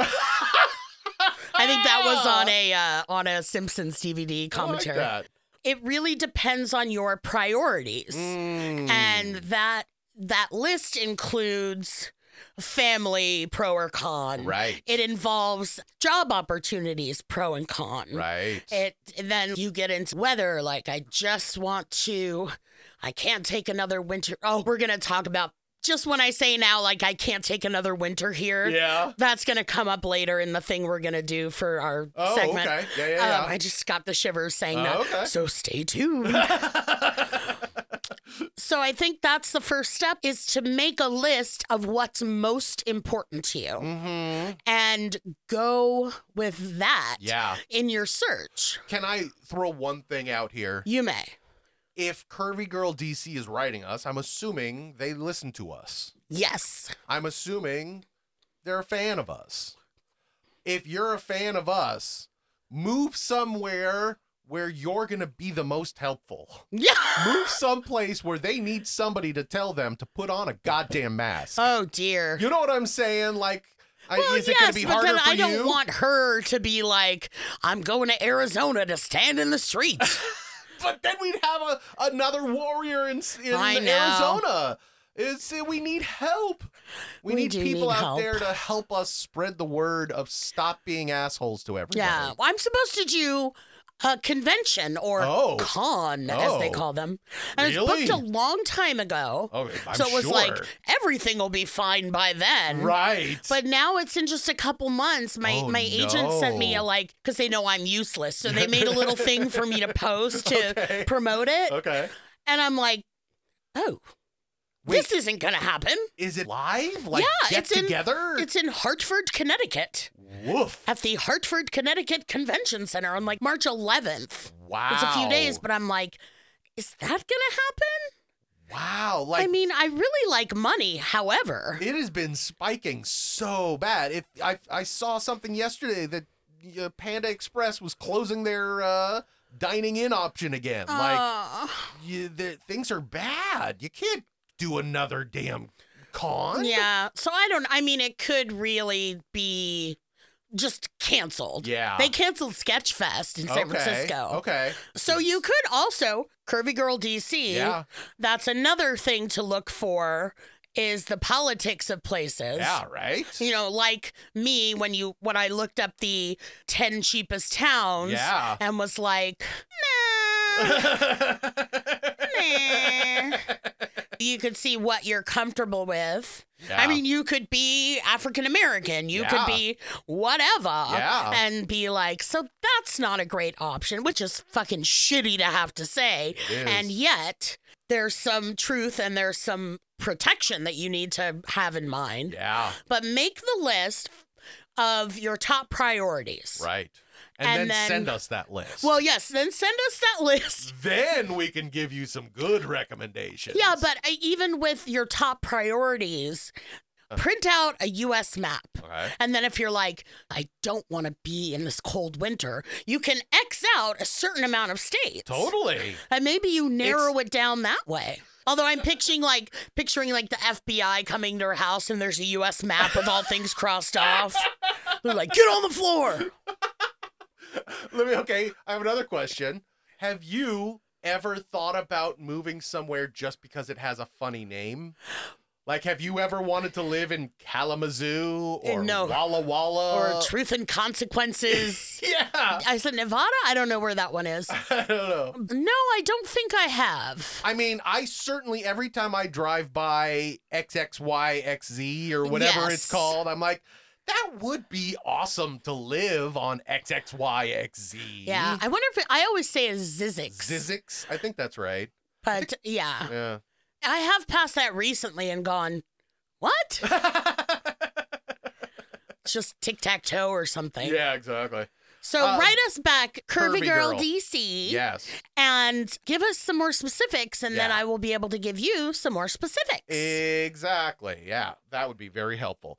[SPEAKER 3] I think that was on a uh, on a Simpsons
[SPEAKER 1] I
[SPEAKER 3] DVD
[SPEAKER 1] like
[SPEAKER 3] commentary.
[SPEAKER 1] that.
[SPEAKER 3] it really depends on your priorities
[SPEAKER 1] Mm.
[SPEAKER 3] Mm. and that that list includes family pro or con
[SPEAKER 1] Right.
[SPEAKER 3] it involves job opportunities pro and con
[SPEAKER 1] Right.
[SPEAKER 3] it then you get into weather like i just want to i can't take another winter oh we're gonna talk about just when i say now like i can't take another winter here
[SPEAKER 1] yeah.
[SPEAKER 3] that's gonna come up later in the thing we're gonna do for our
[SPEAKER 1] Oh,
[SPEAKER 3] segment
[SPEAKER 1] okay. Yeah, yeah,
[SPEAKER 3] um,
[SPEAKER 1] yeah.
[SPEAKER 3] I just got the shivers saying
[SPEAKER 1] Oh,
[SPEAKER 3] that.
[SPEAKER 1] okay.
[SPEAKER 3] So stay tuned. so I think that's the first step is to make a list of what's most important to you
[SPEAKER 1] mm-hmm.
[SPEAKER 3] and go with that
[SPEAKER 1] Yeah.
[SPEAKER 3] in your search.
[SPEAKER 1] Can I throw one thing out here?
[SPEAKER 3] You may.
[SPEAKER 1] If Curvy Girl DC is writing us, I'm assuming they listen to us.
[SPEAKER 3] Yes.
[SPEAKER 1] I'm assuming they're a fan of us. If you're a fan of us, move somewhere where you're going to be the most helpful.
[SPEAKER 3] Yeah.
[SPEAKER 1] Move someplace where they need somebody to tell them to put on a goddamn mask.
[SPEAKER 3] Oh dear.
[SPEAKER 1] You know what I'm saying? Like, I,
[SPEAKER 3] well,
[SPEAKER 1] is it going
[SPEAKER 3] yes,
[SPEAKER 1] to be
[SPEAKER 3] but
[SPEAKER 1] harder
[SPEAKER 3] then
[SPEAKER 1] for
[SPEAKER 3] I don't
[SPEAKER 1] you?
[SPEAKER 3] want her to be like, "I'm going to Arizona to stand in the streets."
[SPEAKER 1] but then we'd have a, another warrior in, s- in
[SPEAKER 3] I know.
[SPEAKER 1] Arizona. It's, uh, we need help. We,
[SPEAKER 3] We
[SPEAKER 1] need
[SPEAKER 3] do
[SPEAKER 1] people
[SPEAKER 3] need
[SPEAKER 1] out
[SPEAKER 3] help.
[SPEAKER 1] there to help us spread the word of stop being assholes to everybody.
[SPEAKER 3] Yeah, well, I'm supposed to do a convention or
[SPEAKER 1] Oh.
[SPEAKER 3] con, as they
[SPEAKER 1] Oh.
[SPEAKER 3] call them. And
[SPEAKER 1] Really?
[SPEAKER 3] it's booked a long time ago.
[SPEAKER 1] Oh, I'm
[SPEAKER 3] so it was like
[SPEAKER 1] sure.
[SPEAKER 3] everything will be fine by then.
[SPEAKER 1] Right.
[SPEAKER 3] But now it's in just a couple months. My
[SPEAKER 1] Oh,
[SPEAKER 3] my agent sent me a
[SPEAKER 1] no.
[SPEAKER 3] like because they know I'm useless, so they made a little thing for me to post to
[SPEAKER 1] Okay.
[SPEAKER 3] promote it,
[SPEAKER 1] okay.
[SPEAKER 3] and I'm like, oh,
[SPEAKER 1] Wait.
[SPEAKER 3] this isn't gonna happen.
[SPEAKER 1] Is it live? Like
[SPEAKER 3] Yeah,
[SPEAKER 1] get
[SPEAKER 3] it's in-
[SPEAKER 1] together?
[SPEAKER 3] It's in Hartford, Connecticut,
[SPEAKER 1] Woof.
[SPEAKER 3] at the Hartford, Connecticut Convention Center on like March 11th.
[SPEAKER 1] Wow.
[SPEAKER 3] It's a few days, but I'm like, is that gonna happen?
[SPEAKER 1] Wow. Like
[SPEAKER 3] I mean, I really like money. However,
[SPEAKER 1] it has been spiking so bad. If I I saw something yesterday that uh, Panda Express was closing their uh, dining in option again. like
[SPEAKER 3] uh,
[SPEAKER 1] you, the, things are bad. You can't do another damn con.
[SPEAKER 3] Yeah. So I don't. I mean, it could really be just canceled.
[SPEAKER 1] Yeah.
[SPEAKER 3] They canceled Sketchfest in San
[SPEAKER 1] Okay,
[SPEAKER 3] Francisco.
[SPEAKER 1] Okay.
[SPEAKER 3] So you could also Curvy Girl DC.
[SPEAKER 1] Yeah.
[SPEAKER 3] That's another thing to look for is the politics of places.
[SPEAKER 1] Yeah. Right.
[SPEAKER 3] You know, like me when you when I looked up the ten cheapest towns
[SPEAKER 1] Yeah.
[SPEAKER 3] and was like, nah, nah. You could see what you're comfortable with.
[SPEAKER 1] Yeah.
[SPEAKER 3] I mean, you could be African American, you
[SPEAKER 1] Yeah.
[SPEAKER 3] could be whatever,
[SPEAKER 1] Yeah.
[SPEAKER 3] and be like, so that's not a great option, which is fucking shitty to have to say.
[SPEAKER 1] It is.
[SPEAKER 3] And yet, there's some truth and there's some protection that you need to have in mind.
[SPEAKER 1] yeah.
[SPEAKER 3] But make the list of your top priorities.
[SPEAKER 1] Right. And,
[SPEAKER 3] And
[SPEAKER 1] then,
[SPEAKER 3] then-
[SPEAKER 1] send us that list.
[SPEAKER 3] Well, yes, then send us that list.
[SPEAKER 1] then we can give you some good recommendations.
[SPEAKER 3] Yeah, but I, even with your top priorities,
[SPEAKER 1] Uh.
[SPEAKER 3] print out a US map.
[SPEAKER 1] Okay.
[SPEAKER 3] And then if you're like, I don't want to be in this cold winter, you can X out a certain amount of states.
[SPEAKER 1] totally.
[SPEAKER 3] And maybe you narrow it down that way. Although I'm picturing like picturing like the FBI coming to her house and there's a US map with all things crossed off. They're like, get on the floor.
[SPEAKER 1] Let me. Okay, I have another question. Have you ever thought about moving somewhere just because it has a funny name? Like, have you ever wanted to live in Kalamazoo or
[SPEAKER 3] No.
[SPEAKER 1] Walla Walla?
[SPEAKER 3] or truth and consequences.
[SPEAKER 1] yeah,
[SPEAKER 3] I said Nevada? I don't know where that one is.
[SPEAKER 1] I don't know.
[SPEAKER 3] No, I don't think I have.
[SPEAKER 1] I mean, I certainly every time I drive by XXYXZ or whatever it's
[SPEAKER 3] Yes.
[SPEAKER 1] called, I'm like, that would be awesome to live on XXYXZ.
[SPEAKER 3] Yeah, I wonder if it, I always say is Zizix,
[SPEAKER 1] Zizix. I think that's right.
[SPEAKER 3] but yeah,
[SPEAKER 1] Yeah.
[SPEAKER 3] I have passed that recently and gone, what? It's just tic tac toe or something.
[SPEAKER 1] yeah, exactly.
[SPEAKER 3] So
[SPEAKER 1] Um,
[SPEAKER 3] write us back, curvy,
[SPEAKER 1] Curvy
[SPEAKER 3] girl,
[SPEAKER 1] Girl.
[SPEAKER 3] DC,
[SPEAKER 1] Yes.
[SPEAKER 3] and give us some more specifics, and then
[SPEAKER 1] Yeah. Eh.
[SPEAKER 3] I will be able to give you some more specifics.
[SPEAKER 1] Exactly. Yeah, that would be very helpful.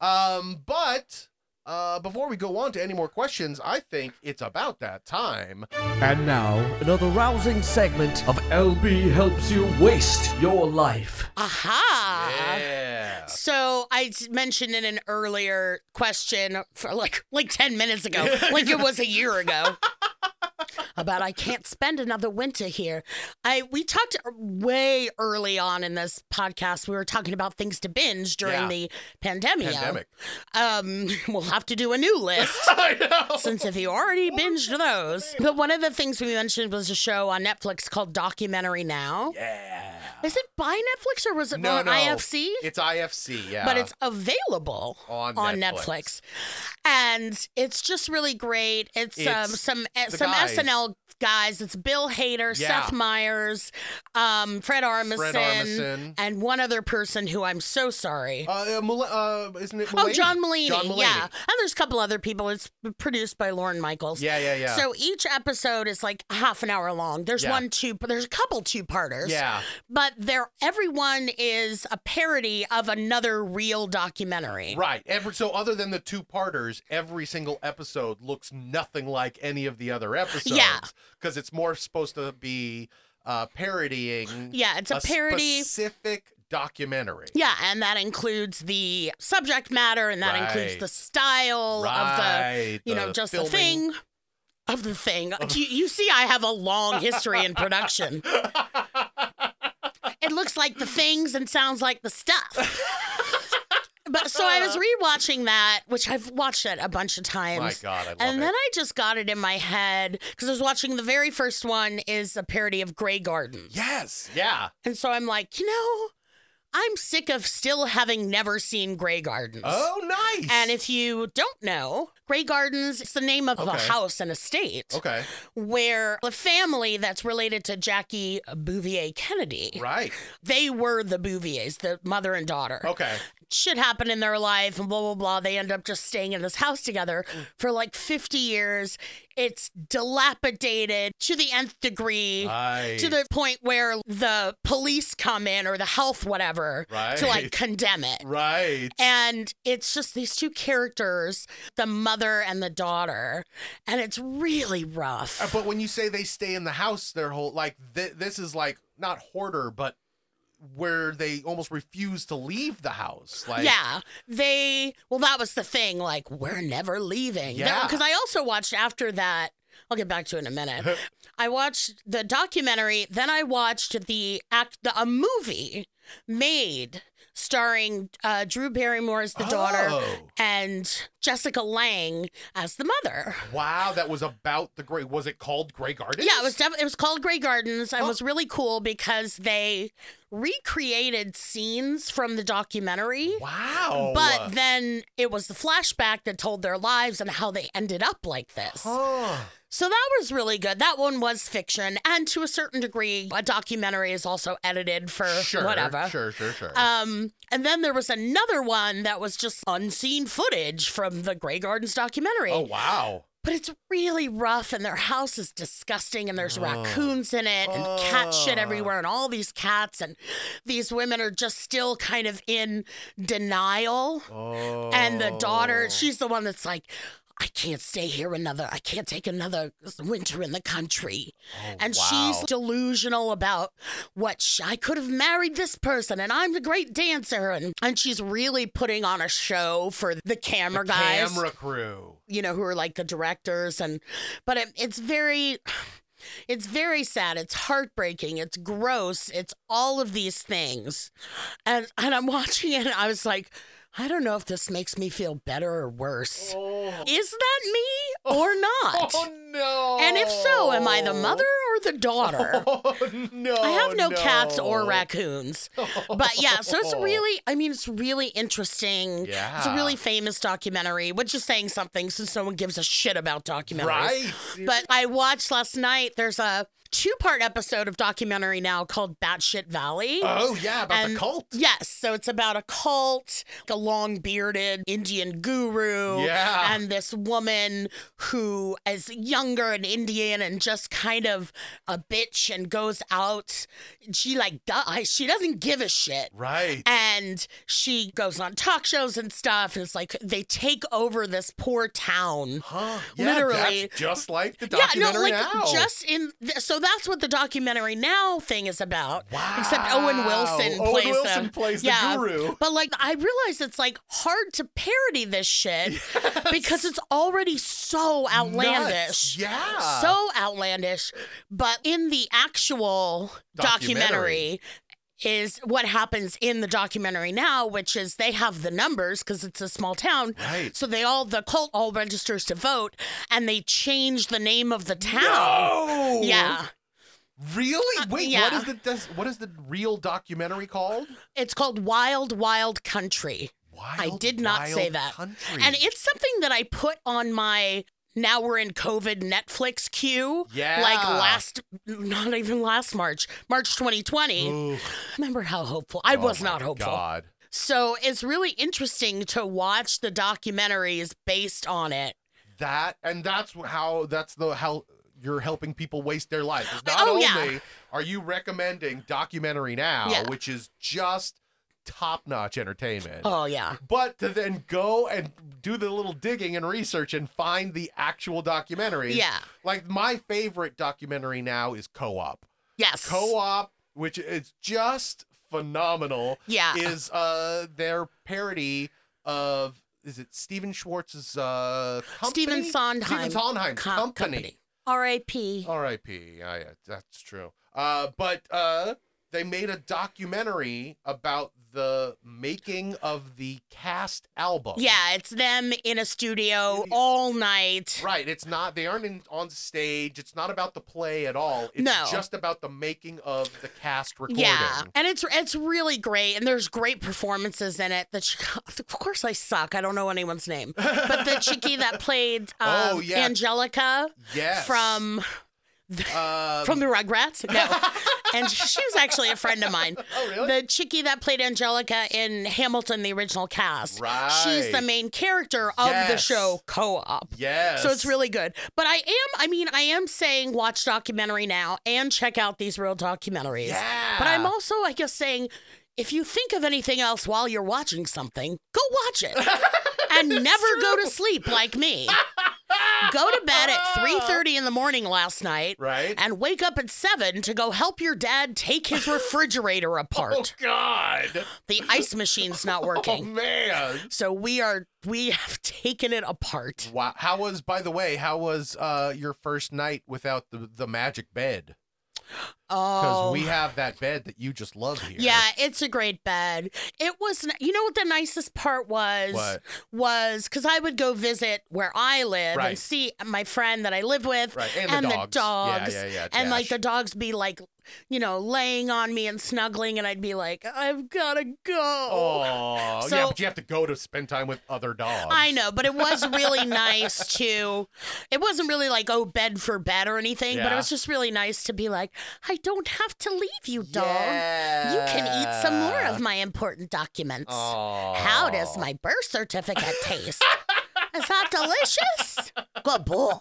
[SPEAKER 1] Um, but uh, before we go on to any more questions, I think it's about that time.
[SPEAKER 4] And now, another rousing segment of LB Helps You Waste Your Life.
[SPEAKER 3] Aha.
[SPEAKER 1] Yeah.
[SPEAKER 3] So I s- mentioned in an earlier question for like like 10 minutes ago, like it was a year ago. About I can't spend another winter here. I we talked er, way early on in this podcast. We were talking about things to binge during
[SPEAKER 1] Yeah.
[SPEAKER 3] the pandemic.
[SPEAKER 1] Pandemic.
[SPEAKER 3] Um, we'll have to do a new list
[SPEAKER 1] I know.
[SPEAKER 3] since if you already binged those. But one of the things we mentioned was a show on Netflix called Documentary Now. Yeah. Is it by Netflix or was it
[SPEAKER 1] No,
[SPEAKER 3] on
[SPEAKER 1] no.
[SPEAKER 3] IFC?
[SPEAKER 1] It's IFC. Yeah.
[SPEAKER 3] but it's available
[SPEAKER 1] On
[SPEAKER 3] on,
[SPEAKER 1] Netflix.
[SPEAKER 3] Netflix. and it's just really great. It's, um,
[SPEAKER 1] It's
[SPEAKER 3] some eh,
[SPEAKER 1] the
[SPEAKER 3] some
[SPEAKER 1] guys.
[SPEAKER 3] SNL guys. It's Bill Hader,
[SPEAKER 1] Yeah.
[SPEAKER 3] Seth Meyers, um, Fred Armisen,
[SPEAKER 1] Armisen.
[SPEAKER 3] and one other person who I'm so sorry.
[SPEAKER 1] Uh, uh, Mul- uh, isn't it?
[SPEAKER 3] Oh, John Mulaney.
[SPEAKER 1] John Mulaney.
[SPEAKER 3] Yeah. And there's a couple other people. It's produced by Lauren Michaels.
[SPEAKER 1] Yeah, yeah, yeah.
[SPEAKER 3] So each episode is like half an hour long. There's
[SPEAKER 1] Yeah.
[SPEAKER 3] one two, but there's a couple two parters.
[SPEAKER 1] Yeah.
[SPEAKER 3] But they're where everyone is a parody of another real documentary.
[SPEAKER 1] Right. Every, so other than the two parters, every single episode looks nothing like any of the other episodes. Because it's more supposed to be uh, parodying.
[SPEAKER 3] Yeah, it's a parody.
[SPEAKER 1] Specific documentary.
[SPEAKER 3] Yeah, and that includes the subject matter and that includes
[SPEAKER 1] Right.
[SPEAKER 3] the style of
[SPEAKER 1] Right,
[SPEAKER 3] the, you know,
[SPEAKER 1] the
[SPEAKER 3] just the
[SPEAKER 1] filming.
[SPEAKER 3] thing of the thing. Do you, you see, I have a long history in production. it looks like the things and sounds like the stuff. But so I was rewatching that, which I've watched it a bunch of times.
[SPEAKER 1] Uh. My God, I love
[SPEAKER 3] And
[SPEAKER 1] it.
[SPEAKER 3] then I just got it in my head because I was watching the very first one is a parody of Grey Gardens.
[SPEAKER 1] yes. Yeah.
[SPEAKER 3] And so I'm like, you know, I'm sick of still having never seen Grey Gardens.
[SPEAKER 1] Oh, nice.
[SPEAKER 3] And if you don't know, Grey Gardens is the name of a
[SPEAKER 1] Okay.
[SPEAKER 3] house and estate
[SPEAKER 1] Okay.
[SPEAKER 3] where the family that's related to Jackie Bouvier Kennedy,
[SPEAKER 1] Right.
[SPEAKER 3] they were the Bouviers, the mother and daughter.
[SPEAKER 1] Okay.
[SPEAKER 3] Shit happened in their life and blah, blah, blah. They end up just staying in this house together for like 50 years. It's dilapidated to the nth degree
[SPEAKER 1] Right.
[SPEAKER 3] to the point where the police come in or the health whatever to like
[SPEAKER 1] Right.
[SPEAKER 3] condemn it.
[SPEAKER 1] Right.
[SPEAKER 3] And it's just these two characters, the mother and the daughter, and it's really rough.
[SPEAKER 1] Uh, But when you say they stay in the house their whole like th- this is like not hoarder but where they almost refuse to leave the house like
[SPEAKER 3] yeah, they. Well, that was the thing. Like, we're never leaving.
[SPEAKER 1] Yeah.
[SPEAKER 3] Because I also watched after that. I'll get back to it in a minute. I watched the documentary. Then I watched the act, the a movie made starring uh, Drew Barrymore as the daughter
[SPEAKER 1] Oh.
[SPEAKER 3] and Jessica Lang as the mother.
[SPEAKER 1] wow that was about the great was it Oh. called Grey Gardens
[SPEAKER 3] Yeah, it was def- it was called Grey Gardens and was really cool because they recreated scenes from the documentary.
[SPEAKER 1] wow
[SPEAKER 3] But then it was the flashback that told their lives and how they ended up like this.
[SPEAKER 1] Huh.
[SPEAKER 3] So that was really good. That one was fiction, and to a certain degree, a documentary is also edited for
[SPEAKER 1] sure
[SPEAKER 3] whatever.
[SPEAKER 1] sure sure sure
[SPEAKER 3] Um, and then there was another one that was just unseen footage from the Grey Gardens documentary.
[SPEAKER 1] oh wow
[SPEAKER 3] But it's really rough, and their house is disgusting, and
[SPEAKER 1] Oh.
[SPEAKER 3] there's raccoons in it, and cat shit everywhere, and all these cats, and these women are just still kind of in denial.
[SPEAKER 1] oh
[SPEAKER 3] And the daughter, she's the one that's like, I can't stay here another. I can't take another winter in the country. and she's
[SPEAKER 1] Oh, wow.
[SPEAKER 3] delusional about what she, I could have married this person, and I'm the great dancer, and and she's really putting on a show for the camera guys
[SPEAKER 1] camera crew
[SPEAKER 3] you know who are like the directors and but it, it's very it's very sad it's heartbreaking it's gross it's all of these things and and i'm watching it and i was like i don't know if this makes me feel better or worse is that me or not
[SPEAKER 1] oh no
[SPEAKER 3] and if so am i the mother or the daughter
[SPEAKER 1] oh no
[SPEAKER 3] I have no, cats or raccoons. But yeah, so it's really, I mean, it's really interesting. It's a
[SPEAKER 1] Yeah.
[SPEAKER 3] really famous documentary, which is saying something since no one gives a shit about documentaries.
[SPEAKER 1] right
[SPEAKER 3] But I watched last night, there's a two part episode of documentary now called Batshit Valley.
[SPEAKER 1] oh yeah about
[SPEAKER 3] And-
[SPEAKER 1] the cult
[SPEAKER 3] Yes, so it's about a cult, like a long bearded Indian guru,
[SPEAKER 1] Yeah.
[SPEAKER 3] and this woman who is younger and Indian and just kind of a bitch and goes out. She like die. She doesn't give a shit.
[SPEAKER 1] right
[SPEAKER 3] And she goes on talk shows and stuff, and it's like they take over this poor town.
[SPEAKER 1] Huh? Yeah,
[SPEAKER 3] Literally.
[SPEAKER 1] that's just like the
[SPEAKER 3] Yeah, no,
[SPEAKER 1] documentary
[SPEAKER 3] like
[SPEAKER 1] now.
[SPEAKER 3] just in. Th- so that's what the documentary now thing is about. Except Owen
[SPEAKER 1] Wow.
[SPEAKER 3] Wilson
[SPEAKER 1] Owen
[SPEAKER 3] plays
[SPEAKER 1] Wilson
[SPEAKER 3] the,
[SPEAKER 1] plays the
[SPEAKER 3] yeah.
[SPEAKER 1] guru.
[SPEAKER 3] But like, I realize it's like hard to parody this shit because it's already so
[SPEAKER 1] Nuts.
[SPEAKER 3] outlandish.
[SPEAKER 1] Yeah.
[SPEAKER 3] So outlandish. But in the actual documentary
[SPEAKER 1] Documentary.
[SPEAKER 3] is what happens in the documentary now, which is they have the numbers because it's a small town.
[SPEAKER 1] Right.
[SPEAKER 3] So they all the cult all registers to vote, and they change the name of the town.
[SPEAKER 1] Oh.
[SPEAKER 3] Yeah, Uh,
[SPEAKER 1] Really? Wait. What
[SPEAKER 3] yeah.
[SPEAKER 1] is the des- what is the real documentary called?
[SPEAKER 3] it's called Wild Wild Country.
[SPEAKER 1] Wild,
[SPEAKER 3] I did not say
[SPEAKER 1] Wild
[SPEAKER 3] that.
[SPEAKER 1] Country.
[SPEAKER 3] And it's something that I put on my now we're in COVID Netflix queue.
[SPEAKER 1] Yeah.
[SPEAKER 3] Like last, not even last March, March 2020. Remember how hopeful I was not hopeful.
[SPEAKER 1] Oh God.
[SPEAKER 3] So it's really interesting to watch the documentaries based on it.
[SPEAKER 1] That and that's wh- how that's the how you're helping people waste their life. 'Cause Not
[SPEAKER 3] Oh,
[SPEAKER 1] only
[SPEAKER 3] yeah.
[SPEAKER 1] are you recommending documentary now,
[SPEAKER 3] Yeah.
[SPEAKER 1] which is just top-notch entertainment.
[SPEAKER 3] Oh yeah.
[SPEAKER 1] But to then go and do the little digging and research and find the actual documentary.
[SPEAKER 3] Yeah.
[SPEAKER 1] Like my favorite documentary now is Co-op.
[SPEAKER 3] Yes.
[SPEAKER 1] Co-op, which is just phenomenal.
[SPEAKER 3] Yeah.
[SPEAKER 1] Is uh their parody of is it Steven Schwartz's uh company?
[SPEAKER 3] Stephen Sondheim.
[SPEAKER 1] Stephen Sondheim
[SPEAKER 3] Co-
[SPEAKER 1] company. Oh.
[SPEAKER 3] R.I.P.
[SPEAKER 1] R.I.P. Yeah, yeah, that's true. Uh, but uh, they made a documentary about the making of the cast album.
[SPEAKER 3] Yeah, it's them in a studio all night.
[SPEAKER 1] Right. It's not. They aren't in, on stage. It's not about the play at all. It's
[SPEAKER 3] No.
[SPEAKER 1] just about the making of the cast recording.
[SPEAKER 3] Yeah, and it's it's really great, and there's great performances in it. The Chica- of course I suck. I don't know anyone's name, but the chickie that played um,
[SPEAKER 1] Oh, yeah.
[SPEAKER 3] Angelica
[SPEAKER 1] Yes.
[SPEAKER 3] from
[SPEAKER 1] Um,
[SPEAKER 3] from the Rugrats. No, and she was actually a friend of mine.
[SPEAKER 1] Oh, really?
[SPEAKER 3] The chickie that played Angelica in Hamilton, the original cast. She's the
[SPEAKER 1] Right.
[SPEAKER 3] main character of the
[SPEAKER 1] Yes.
[SPEAKER 3] show Co-op.
[SPEAKER 1] Yes.
[SPEAKER 3] So it's really good. But I am, I mean, I am saying watch documentary now and check out these real documentaries.
[SPEAKER 1] Yeah.
[SPEAKER 3] But I'm also, I guess, saying if you think of anything else while you're watching something, go watch it. and never go to sleep like me. go to bed at 3.30 in the morning last night
[SPEAKER 1] Right.
[SPEAKER 3] and wake up at 7 to go help your dad take his refrigerator
[SPEAKER 1] Oh
[SPEAKER 3] apart.
[SPEAKER 1] God.
[SPEAKER 3] The ice machine's not
[SPEAKER 1] Oh
[SPEAKER 3] working.
[SPEAKER 1] man.
[SPEAKER 3] So we are we have taken it apart.
[SPEAKER 1] Wow. How was, by the way, how was uh, your first night without the, the magic bed? Because
[SPEAKER 3] Oh,
[SPEAKER 1] we have that bed that you just love here.
[SPEAKER 3] Yeah, it's a great bed. It was, n- you know what the nicest part was?
[SPEAKER 1] What?
[SPEAKER 3] Was because I would go visit where I live
[SPEAKER 1] Right.
[SPEAKER 3] and see my friend that I live with
[SPEAKER 1] Right, and the dogs. Yeah, yeah, yeah,
[SPEAKER 3] and like
[SPEAKER 1] Dash.
[SPEAKER 3] the dogs be like, you know, laying on me and snuggling, and I'd be like, I've got to go.
[SPEAKER 1] Oh, yeah,
[SPEAKER 3] So-
[SPEAKER 1] but you have to go to spend time with other dogs.
[SPEAKER 3] I know, but it was really nice to. It wasn't really like oh bed for bed or anything, but
[SPEAKER 1] Yeah.
[SPEAKER 3] it was just really nice to be like, I don't have to leave you, dog. You can eat
[SPEAKER 1] Yeah.
[SPEAKER 3] some more of my important documents.
[SPEAKER 1] Aw.
[SPEAKER 3] How does my birth certificate taste? Is that delicious? Good boy.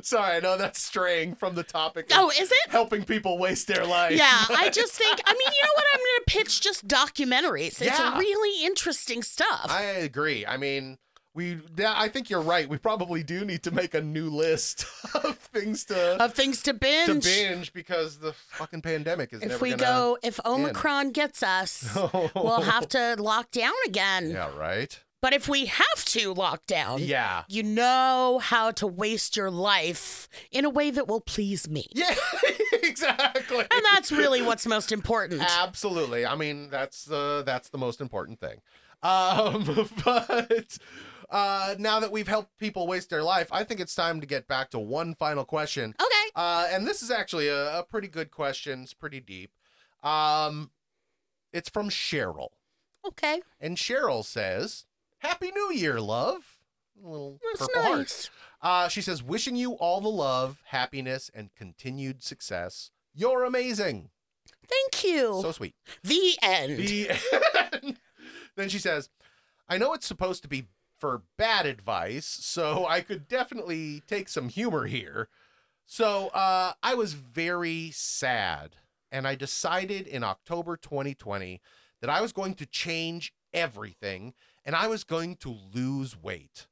[SPEAKER 1] Sorry, I know that's straying from the topic. of
[SPEAKER 3] Oh, is it?
[SPEAKER 1] helping people waste their life?
[SPEAKER 3] Yeah, I just think, I mean, you know what? I'm going to pitch just documentaries. It's
[SPEAKER 1] Yeah.
[SPEAKER 3] really interesting stuff.
[SPEAKER 1] I agree. I mean, we. Yeah, I think you're right. We probably do need to make a new list of things to
[SPEAKER 3] of things to
[SPEAKER 1] to
[SPEAKER 3] binge.
[SPEAKER 1] binge because the fucking pandemic is.
[SPEAKER 3] if
[SPEAKER 1] never
[SPEAKER 3] we
[SPEAKER 1] gonna...
[SPEAKER 3] go, if Omicron gets us, we'll have to lock down again.
[SPEAKER 1] Yeah. Right.
[SPEAKER 3] But if we have to lock down,
[SPEAKER 1] Yeah.
[SPEAKER 3] you know how to waste your life in a way that will please me.
[SPEAKER 1] Yeah. exactly.
[SPEAKER 3] And that's really what's most important.
[SPEAKER 1] Uh, Absolutely. I mean, that's the that's the most important thing. Um, but uh, now that we've helped people waste their life, I think it's time to get back to one final question.
[SPEAKER 3] Okay.
[SPEAKER 1] Uh, and this is actually a, a pretty good question. It's pretty deep. Um, it's from Cheryl,
[SPEAKER 3] Okay.
[SPEAKER 1] and Cheryl says, "Happy New Year, love." Little
[SPEAKER 3] That's
[SPEAKER 1] purple heart.
[SPEAKER 3] nice.
[SPEAKER 1] Uh, she says, "Wishing you all the love, happiness, and continued success. You're amazing.
[SPEAKER 3] Thank you.
[SPEAKER 1] So sweet."
[SPEAKER 3] the end.
[SPEAKER 1] The then she says, I know it's supposed to be for bad advice, so I could definitely take some humor here. So uh, I was very sad, and I decided in October 2020 that I was going to change everything and I was going to lose weight.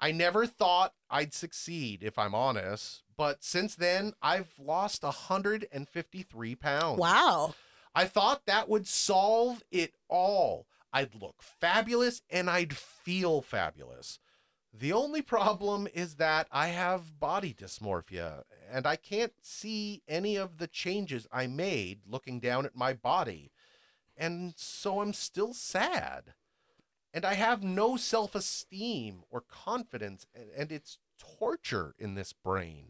[SPEAKER 1] I never thought I'd succeed, if I'm honest, but since then, I've lost 153 pounds.
[SPEAKER 3] wow.
[SPEAKER 1] I thought that would solve it all. I'd look fabulous and I'd feel fabulous. The only problem is that I have body dysmorphia and I can't see any of the changes I made looking down at my body. And so I'm still sad. And I have no self esteem or confidence, a- and it's torture in this brain.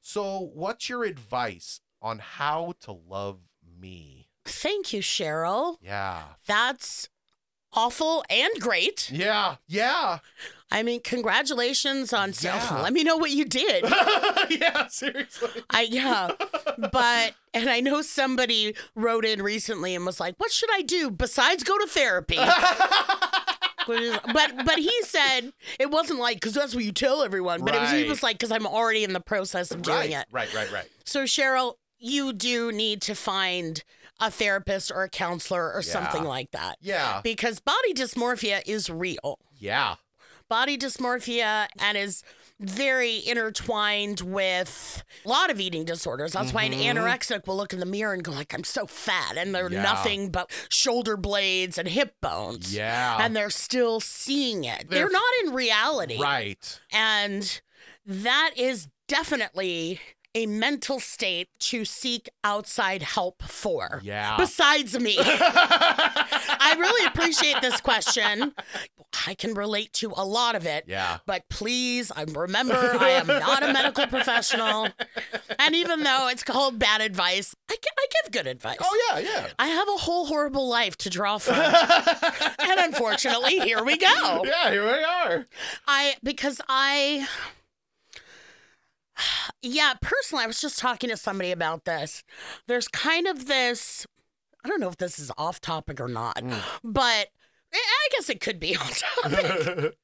[SPEAKER 1] So, what's your advice on how to love me?
[SPEAKER 3] Thank you, Cheryl.
[SPEAKER 1] Yeah.
[SPEAKER 3] That's awful and great.
[SPEAKER 1] Yeah. Yeah.
[SPEAKER 3] I mean, congratulations on self.
[SPEAKER 1] Yeah.
[SPEAKER 3] Let me know what you did.
[SPEAKER 1] yeah, seriously.
[SPEAKER 3] I yeah. But and I know somebody wrote in recently and was like, "What should I do besides go to therapy?" Which is- but but he said it wasn't like because that's what you tell everyone. But it was he
[SPEAKER 1] Right.
[SPEAKER 3] was like because I'm already in the process of doing
[SPEAKER 1] right,
[SPEAKER 3] it.
[SPEAKER 1] right, right, right.
[SPEAKER 3] So Cheryl, you do need to find a therapist or a counselor or something
[SPEAKER 1] Yeah.
[SPEAKER 3] like that
[SPEAKER 1] Yeah,
[SPEAKER 3] because body dysmorphia is real.
[SPEAKER 1] yeah.
[SPEAKER 3] Body dysmorphia and is very intertwined with a lot of eating disorders. That's why an anorexic will look in the mirror and go like, "I'm so fat," and they're
[SPEAKER 1] Mm-hmm. Yeah.
[SPEAKER 3] nothing but shoulder blades and hip bones.
[SPEAKER 1] Yeah.
[SPEAKER 3] and they're still seeing it. They're,
[SPEAKER 1] They're-
[SPEAKER 3] not in reality.
[SPEAKER 1] Right.
[SPEAKER 3] And that is definitely a mental state to seek outside help for.
[SPEAKER 1] Yeah.
[SPEAKER 3] Besides me. I really appreciate this question. I can relate to a lot of it.
[SPEAKER 1] Yeah.
[SPEAKER 3] But please, I remember I am not a medical professional. And even though it's called bad advice, I, gi- I give good advice.
[SPEAKER 1] Oh yeah, yeah.
[SPEAKER 3] I have a whole horrible life to draw from. and unfortunately, here we go.
[SPEAKER 1] Yeah, here we are.
[SPEAKER 3] I because I yeah, personally, I was just talking to somebody about this. There's kind of this I don't know if this is off topic or not, but I I guess it could be on topic.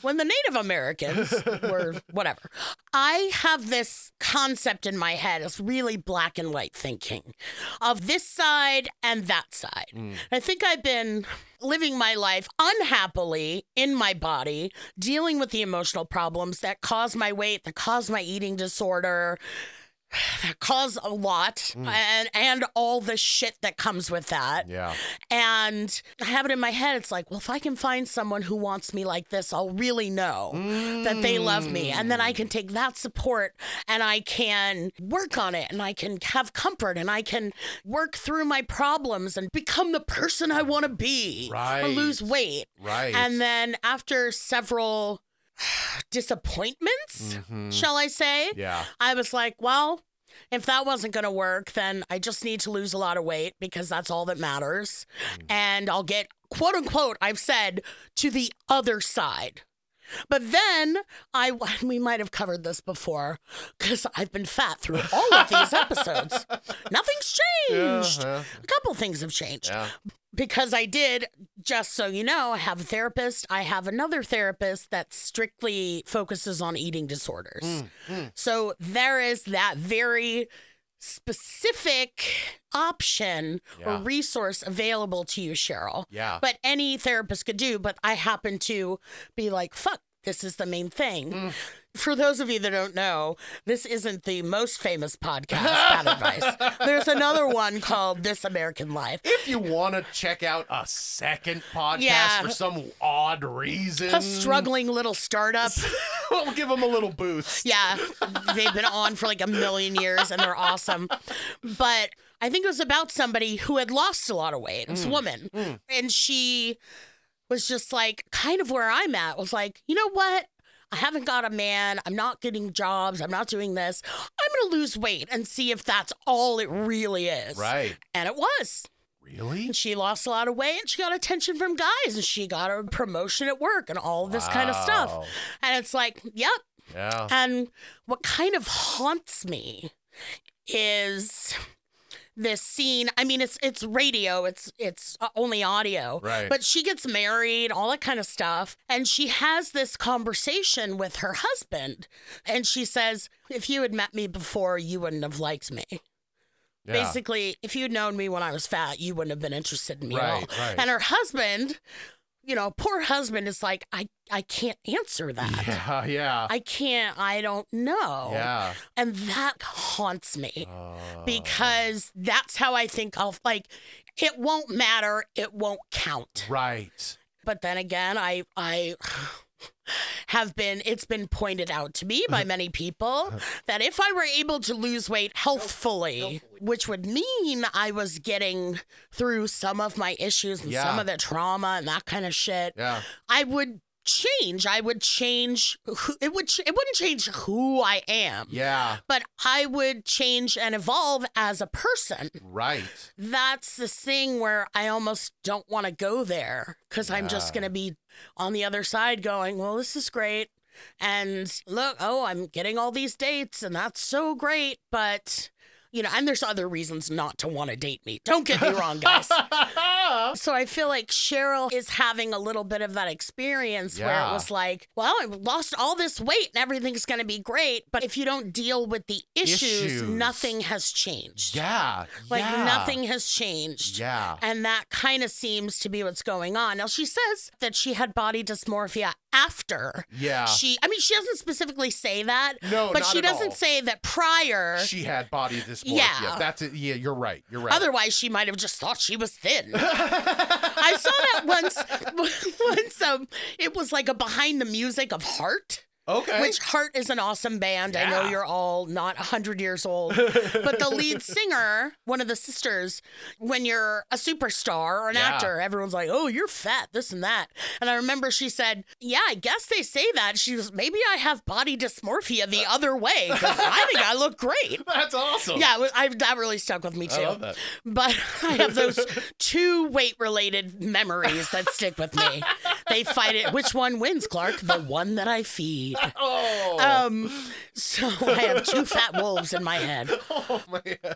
[SPEAKER 3] when the Native Americans were whatever, I have this concept in my head. It's really black and white thinking of this side and that side. I think I've been living my life unhappily in my body, dealing with the emotional problems that cause my weight, that cause my eating disorder, that cause a lot, and and all the shit that comes with that.
[SPEAKER 1] Yeah.
[SPEAKER 3] And I have it in my head. It's like, well, if I can find someone who wants me like this, I'll really know that they love me. And then I can take that support and I can work on it and I can have comfort and I can work through my problems and become the person I want to be or
[SPEAKER 1] Right.
[SPEAKER 3] lose weight.
[SPEAKER 1] Right.
[SPEAKER 3] And then after several disappointments, shall I say,
[SPEAKER 1] Yeah.
[SPEAKER 3] I was like, well, if that wasn't going to work, then I just need to lose a lot of weight because that's all that matters. And I'll get, quote unquote, I've said, to the other side. But then I, we might have covered this before because I've been fat through all of these episodes. Nothing's changed.
[SPEAKER 1] Uh-huh.
[SPEAKER 3] A couple things have changed
[SPEAKER 1] Yeah.
[SPEAKER 3] because I did, just so you know, I have a therapist. I have another therapist that strictly focuses on eating disorders.
[SPEAKER 1] Mm,
[SPEAKER 3] So there is that very specific option
[SPEAKER 1] Yeah.
[SPEAKER 3] or resource available to you, Cheryl.
[SPEAKER 1] Yeah.
[SPEAKER 3] But any therapist could do, but I happen to be like, fuck, this is the main thing.
[SPEAKER 1] Mm.
[SPEAKER 3] For those of you that don't know, this isn't the most famous podcast, Bad Advice. There's another one called This American Life.
[SPEAKER 1] If you want to check out a second podcast
[SPEAKER 3] Yeah.
[SPEAKER 1] for some odd reason,
[SPEAKER 3] a struggling little startup.
[SPEAKER 1] we'll give them a little boost.
[SPEAKER 3] Yeah, they've been on for like a million years and they're awesome. But I think it was about somebody who had lost a lot of weight. It was a woman. And she was just like, kind of where I'm at, was like, you know what? I haven't got a man. I'm not getting jobs. I'm not doing this. I'm going to lose weight and see if that's all it really is.
[SPEAKER 1] Right.
[SPEAKER 3] And it was.
[SPEAKER 1] Really?
[SPEAKER 3] And she lost a lot of weight and she got attention from guys and she got a promotion at work and all this kind of
[SPEAKER 1] Wow.
[SPEAKER 3] stuff. And it's like, yep.
[SPEAKER 1] Yeah.
[SPEAKER 3] And what kind of haunts me is this scene. I mean, it's it's radio. It's it's uh, only audio.
[SPEAKER 1] Right.
[SPEAKER 3] But she gets married, all that kind of stuff, and she has this conversation with her husband, and she says, "If you had met me before, you wouldn't have liked me."
[SPEAKER 1] yeah.
[SPEAKER 3] Basically, if you'd known me when I was fat, you wouldn't have been interested in me at all.
[SPEAKER 1] Right, right.
[SPEAKER 3] And her husband, you know, poor husband is like, I, I can't answer that.
[SPEAKER 1] Yeah. Yeah.
[SPEAKER 3] I can't, I don't know.
[SPEAKER 1] yeah. Oh.
[SPEAKER 3] And that haunts me because that's how I think I'll like it won't matter, it won't count.
[SPEAKER 1] Right.
[SPEAKER 3] But then again, I I have been it's been pointed out to me by many people that if I were able to lose weight healthfully, which would mean I was getting through some of my issues and
[SPEAKER 1] Yeah.
[SPEAKER 3] some of the trauma and that kind of shit,
[SPEAKER 1] Yeah.
[SPEAKER 3] I would change. I would change who, it would ch- it wouldn't change who I am.
[SPEAKER 1] Yeah.
[SPEAKER 3] But I would change and evolve as a person
[SPEAKER 1] Right.
[SPEAKER 3] that's the thing where I almost don't want to go there because I'm just going to be on the other side going, well, this is great. And look, oh, I'm getting all these dates and that's so great. But You know, and there's other reasons not to want to date me. Don't get me wrong, guys. so I feel like Cheryl is having a little bit of that experience where
[SPEAKER 1] Yeah.
[SPEAKER 3] it was like, well, I lost all this weight and everything's going to be great. But if you don't deal with the issues,
[SPEAKER 1] Issues.
[SPEAKER 3] nothing has changed.
[SPEAKER 1] Yeah.
[SPEAKER 3] Like
[SPEAKER 1] yeah.
[SPEAKER 3] nothing has changed.
[SPEAKER 1] Yeah.
[SPEAKER 3] And that kind of seems to be what's going on. Now, she says that she had body dysmorphia after
[SPEAKER 1] Yeah.
[SPEAKER 3] she, I mean, she doesn't specifically say that.
[SPEAKER 1] No,
[SPEAKER 3] but
[SPEAKER 1] not
[SPEAKER 3] she
[SPEAKER 1] at
[SPEAKER 3] doesn't
[SPEAKER 1] all.
[SPEAKER 3] say that prior.
[SPEAKER 1] She had body dysmorphia.
[SPEAKER 3] Yeah.
[SPEAKER 1] That's it. Yeah, you're right. You're right.
[SPEAKER 3] Otherwise, she might have just thought she was thin. I saw that once. Once um, it was like a behind the music of Heart.
[SPEAKER 1] okay.
[SPEAKER 3] Which Heart is an awesome band. I know
[SPEAKER 1] Yeah.
[SPEAKER 3] you're all not 100 years old, but the lead singer, one of the sisters, when you're a superstar or an
[SPEAKER 1] Yeah.
[SPEAKER 3] actor, everyone's like, oh, you're fat, this and that. And I remember she said, yeah, I guess they say that. She was, maybe I have body dysmorphia the other way because I think I look great.
[SPEAKER 1] That's awesome.
[SPEAKER 3] Yeah, it was- I, that really stuck with me too.
[SPEAKER 1] love that.
[SPEAKER 3] But I have those two weight related memories that stick with me. They fight it. Which one wins, Clark? The one that I feed.
[SPEAKER 1] Oh.
[SPEAKER 3] Um, so I have two fat wolves in my head.
[SPEAKER 1] oh man.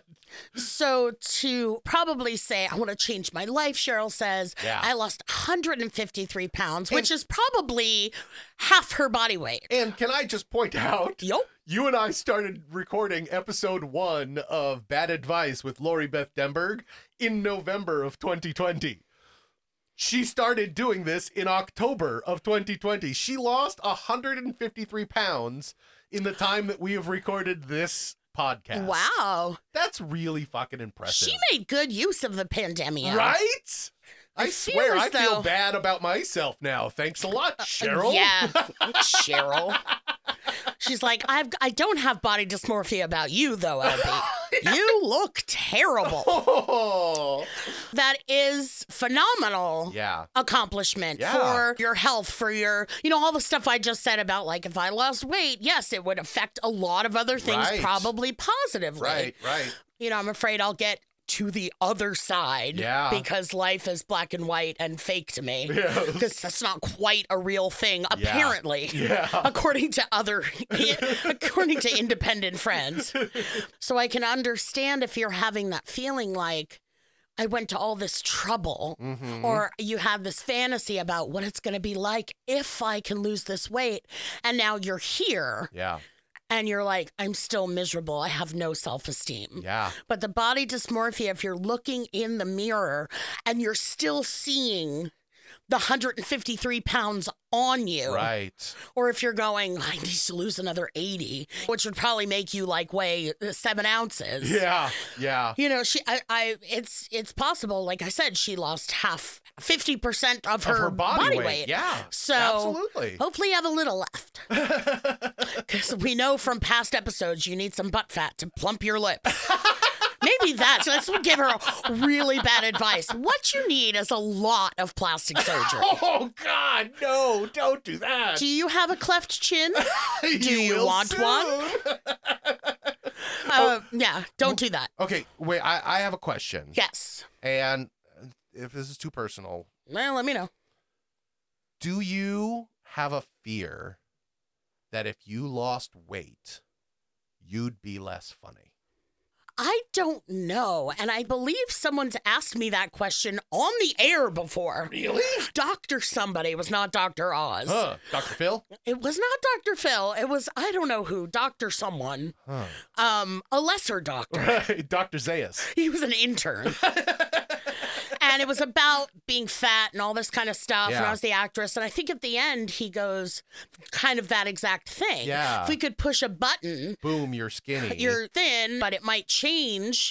[SPEAKER 3] So to probably say, I want to change my life, Cheryl says,
[SPEAKER 1] Yeah.
[SPEAKER 3] I lost 153 pounds, which is probably half her body weight.
[SPEAKER 1] And can I just point out?
[SPEAKER 3] Yup.
[SPEAKER 1] You and I started recording episode one of Bad Advice with Lori Beth Denberg in November of 2020. She started doing this in October of 2020. She lost 153 pounds in the time that we have recorded this podcast.
[SPEAKER 3] Wow.
[SPEAKER 1] That's really fucking impressive.
[SPEAKER 3] She made good use of the pandemic.
[SPEAKER 1] Right? I,
[SPEAKER 3] I feel
[SPEAKER 1] swear,
[SPEAKER 3] as
[SPEAKER 1] I feel
[SPEAKER 3] though- Uh,
[SPEAKER 1] bad about myself now. Thanks a lot, Cheryl.
[SPEAKER 3] Yeah, Cheryl. She's like, I've I don't have body dysmorphia about you though, LB. You look terrible.
[SPEAKER 1] Oh,
[SPEAKER 3] That is phenomenal.
[SPEAKER 1] yeah.
[SPEAKER 3] Accomplishment
[SPEAKER 1] Yeah.
[SPEAKER 3] for your health, for your, you know, all the stuff I just said about like if I lost weight, yes, it would affect a lot of other things,
[SPEAKER 1] Right.
[SPEAKER 3] probably positively.
[SPEAKER 1] Right, right.
[SPEAKER 3] You know, I'm afraid I'll get to the other side
[SPEAKER 1] Yeah.
[SPEAKER 3] because life is black and white and fake to me. Because that's not quite a real thing, apparently. According to other according to independent friends. So I can understand if you're having that feeling like I went to all this trouble,
[SPEAKER 1] Mm-hmm.
[SPEAKER 3] or you have this fantasy about what it's going to be like if I can lose this weight. And now you're here
[SPEAKER 1] Yeah,
[SPEAKER 3] and you're like, I'm still miserable. I have no self esteem.
[SPEAKER 1] yeah.
[SPEAKER 3] But the body dysmorphia, if you're looking in the mirror and you're still seeing the 153 pounds on you,
[SPEAKER 1] Right.
[SPEAKER 3] or if you're going, I need to lose another 80, which would probably make you like weigh uh, seven ounces.
[SPEAKER 1] Yeah, yeah.
[SPEAKER 3] You know, she, I, I, it's, it's possible. Like I said, she lost half, 50% of her,
[SPEAKER 1] of her body, weight. Yeah.
[SPEAKER 3] So
[SPEAKER 1] absolutely.
[SPEAKER 3] Hopefully, you have a little left. Because we know from past episodes, you need some butt fat to plump your lips. Maybe that's that's what give her really bad advice. What you need is a lot of plastic surgery.
[SPEAKER 1] Oh God, no! Don't do that.
[SPEAKER 3] Do you have a cleft chin? Do you,
[SPEAKER 1] will
[SPEAKER 3] want
[SPEAKER 1] soon.
[SPEAKER 3] one? Uh, yeah, don't do that.
[SPEAKER 1] Okay, wait. I, I have a question,
[SPEAKER 3] Yes.
[SPEAKER 1] and uh, if this is too personal,
[SPEAKER 3] Well, let me know.
[SPEAKER 1] do you have a fear that if you lost weight, you'd be less funny?
[SPEAKER 3] I don't know. And I believe someone's asked me that question on the air before.
[SPEAKER 1] Really?
[SPEAKER 3] Dr. Somebody it was not Dr. Oz.
[SPEAKER 1] Huh, Doctor Phil?
[SPEAKER 3] It was not Dr. Phil. It was, I don't know who, Dr. someone,
[SPEAKER 1] Huh.
[SPEAKER 3] um, a lesser doctor.
[SPEAKER 1] Doctor Zayas.
[SPEAKER 3] He was an intern. and it was about being fat and all this kind of stuff. And
[SPEAKER 1] Yeah.
[SPEAKER 3] I was the actress. And I think at the end, he goes kind of that exact thing.
[SPEAKER 1] Yeah.
[SPEAKER 3] If we could push a button,
[SPEAKER 1] Boom, you're skinny.
[SPEAKER 3] you're thin, but it might change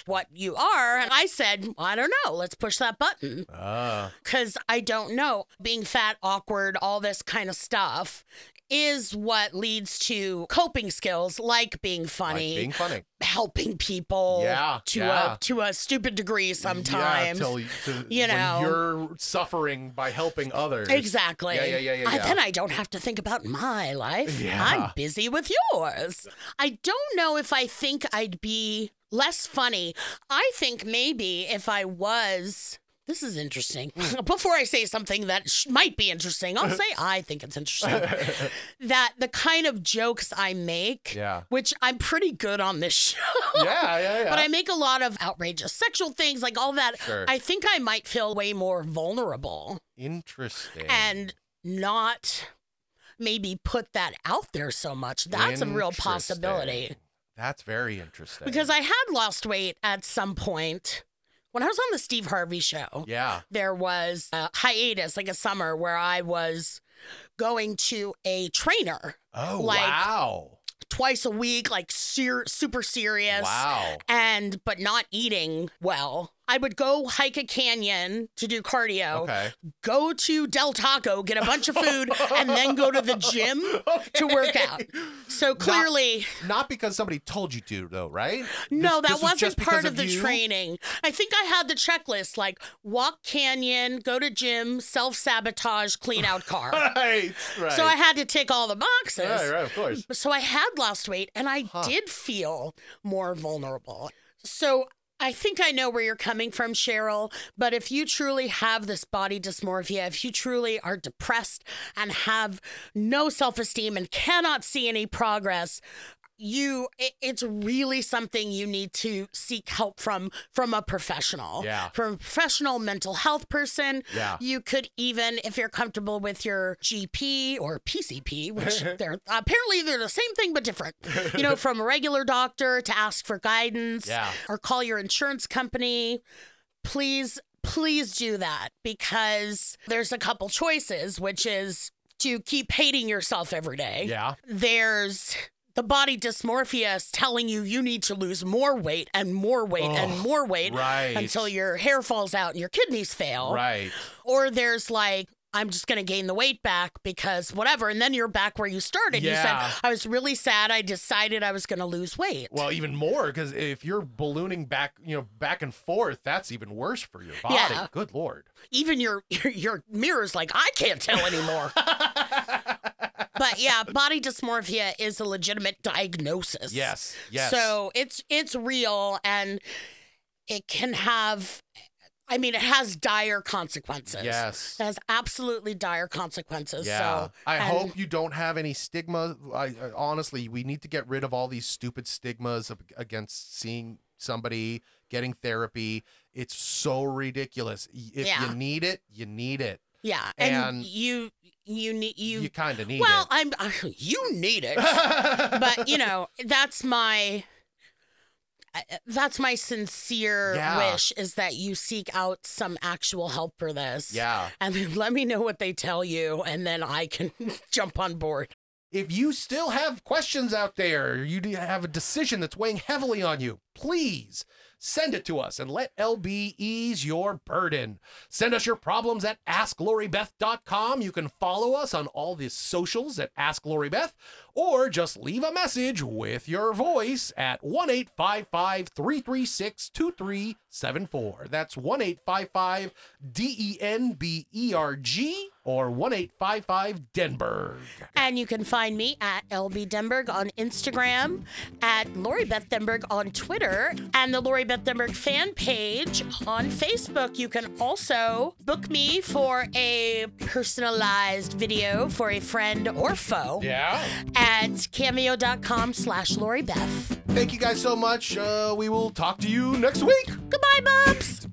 [SPEAKER 3] what you are. And I said, I don't know. Let's push that button
[SPEAKER 1] Ah.
[SPEAKER 3] because I don't know. Being fat, awkward, all this kind of stuff is what leads to coping skills like being
[SPEAKER 1] like
[SPEAKER 3] funny,
[SPEAKER 1] being funny.
[SPEAKER 3] helping people
[SPEAKER 1] Yeah,
[SPEAKER 3] to
[SPEAKER 1] yeah.
[SPEAKER 3] a to a stupid degree sometimes.
[SPEAKER 1] Yeah, till, to,
[SPEAKER 3] you
[SPEAKER 1] when
[SPEAKER 3] know.
[SPEAKER 1] you're suffering by helping others.
[SPEAKER 3] Exactly.
[SPEAKER 1] Yeah, yeah, yeah, yeah,
[SPEAKER 3] I-
[SPEAKER 1] yeah.
[SPEAKER 3] then I don't have to think about my life.
[SPEAKER 1] Yeah.
[SPEAKER 3] I'm busy with yours. I don't know if I think I'd be less funny. I think maybe if I was This is interesting.
[SPEAKER 1] Hmm.
[SPEAKER 3] Before I say something that sh- might be interesting, I'll say I think it's interesting that the kind of jokes I make,
[SPEAKER 1] Yeah.
[SPEAKER 3] which I'm pretty good on this show.
[SPEAKER 1] yeah, yeah, yeah.
[SPEAKER 3] But I make a lot of outrageous sexual things, like all that.
[SPEAKER 1] Sure.
[SPEAKER 3] I think I might feel way more vulnerable
[SPEAKER 1] Interesting.
[SPEAKER 3] and not maybe put that out there so much. That's a real
[SPEAKER 1] Interesting.
[SPEAKER 3] possibility.
[SPEAKER 1] That's very interesting.
[SPEAKER 3] Because I had lost weight at some point when I was on the Steve Harvey show.
[SPEAKER 1] Yeah.
[SPEAKER 3] There was a hiatus, like a summer, where I was going to a trainer
[SPEAKER 1] Oh
[SPEAKER 3] Like-
[SPEAKER 1] wow.
[SPEAKER 3] twice a week, like ser- super serious.
[SPEAKER 1] Wow.
[SPEAKER 3] And but not eating well. I would go hike a canyon to do cardio,
[SPEAKER 1] Okay.
[SPEAKER 3] go to Del Taco, get a bunch of food, and then go to the gym to work out. So clearly,
[SPEAKER 1] Not because somebody told you to though, right? This-
[SPEAKER 3] No, that
[SPEAKER 1] this was
[SPEAKER 3] wasn't
[SPEAKER 1] just because
[SPEAKER 3] part of, the
[SPEAKER 1] you?
[SPEAKER 3] training. I think I had the checklist like walk canyon, go to gym, self sabotage, clean out car.
[SPEAKER 1] Right. Right.
[SPEAKER 3] So I had to tick all the boxes.
[SPEAKER 1] Right, right, of course.
[SPEAKER 3] Um, So I had lost weight and I did feel more vulnerable. So I think I know where you're coming from, Cheryl. But if you truly have this body dysmorphia, if you truly are depressed and have no self esteem and cannot see any progress, you it- it's really something you need to seek help from from a professional
[SPEAKER 1] Yeah.
[SPEAKER 3] from a professional mental health person
[SPEAKER 1] Yeah.
[SPEAKER 3] you could even, if you're comfortable with your GP or PCP, which they're apparently they're the same thing but different. You know, from a regular doctor to ask for guidance
[SPEAKER 1] Yeah.
[SPEAKER 3] or call your insurance company. Please, please do that because there's a couple choices, which is to keep hating yourself every day
[SPEAKER 1] Yeah.
[SPEAKER 3] there's the body dysmorphia is telling you you need to lose more weight and more weight and more weight
[SPEAKER 1] right.
[SPEAKER 3] until your hair falls out and your kidneys fail.
[SPEAKER 1] Right.
[SPEAKER 3] Or there's like, I'm just going to gain the weight back because whatever. And then you're back where you started. You
[SPEAKER 1] Yeah.
[SPEAKER 3] said, I was really sad. I decided I was going to lose weight.
[SPEAKER 1] Well, even more because if you're ballooning back, you know, back and forth, that's even worse for your body.
[SPEAKER 3] Yeah.
[SPEAKER 1] Good lord.
[SPEAKER 3] Even your, your, your mirror's like, I can't tell anymore. but yeah, body dysmorphia is a legitimate diagnosis.
[SPEAKER 1] Yes. Yes.
[SPEAKER 3] So it's it's real and it can have I mean it has dire consequences.
[SPEAKER 1] Yes.
[SPEAKER 3] It has absolutely dire consequences.
[SPEAKER 1] Yeah.
[SPEAKER 3] So
[SPEAKER 1] I
[SPEAKER 3] and-
[SPEAKER 1] hope you don't have any stigma. I, I- honestly, we need to get rid of all these stupid stigmas ab- against seeing somebody, getting therapy. It's so ridiculous. Y- If
[SPEAKER 3] Yeah.
[SPEAKER 1] you need it, you need it.
[SPEAKER 3] Yeah. And,
[SPEAKER 1] and
[SPEAKER 3] you you need
[SPEAKER 1] You,
[SPEAKER 3] you,
[SPEAKER 1] kind of need
[SPEAKER 3] Well, I'm uh, you need it.
[SPEAKER 1] it.
[SPEAKER 3] but you know, that's my I- that's my sincere
[SPEAKER 1] Yeah.
[SPEAKER 3] wish is that you seek out some actual help for this.
[SPEAKER 1] yeah.
[SPEAKER 3] And then let me know what they tell you and then I can jump on board.
[SPEAKER 1] If you still have questions out there, you do have a decision that's weighing heavily on you, please send it to us and let LB ease your burden. Send us your problems at AskLoriBeth.com. You can follow us on all the socials at AskLoriBeth or just leave a message with your voice at 1 855 336 2374. That's 1 855 D E N B E R G or 1 855 Denberg.
[SPEAKER 3] And you can find me at LB Denberg on Instagram, at Lori Beth Denberg on Twitter, and the Lori Beth Denberg fan page on Facebook. You can also book me for a personalized video for a friend or foe
[SPEAKER 1] Yeah.
[SPEAKER 3] at cameo.com slash Lori Beth.
[SPEAKER 1] Thank you guys so much. Uh, we will talk to you next week.
[SPEAKER 3] Goodbye, Bubs!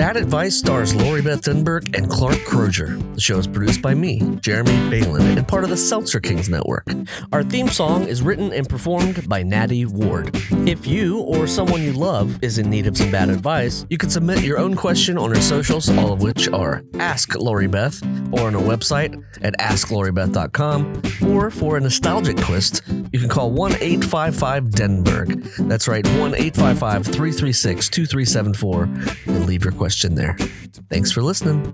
[SPEAKER 5] That Advice stars Lori Beth Denberg and Clark Crozier. The show is produced by me, Jeremy Balin, and part of the Seltzer Kings Network. Our theme song is written and performed by Natty Ward. If you or someone you love is in need of some bad advice, you can submit your own question on our socials, all of which are Ask Lori Beth, or on our website at AskLoriBeth.com, or for a nostalgic twist, you can call 1 855 Denberg. That's right, 1 855 336 2374, and leave your question there. Thanks for listening.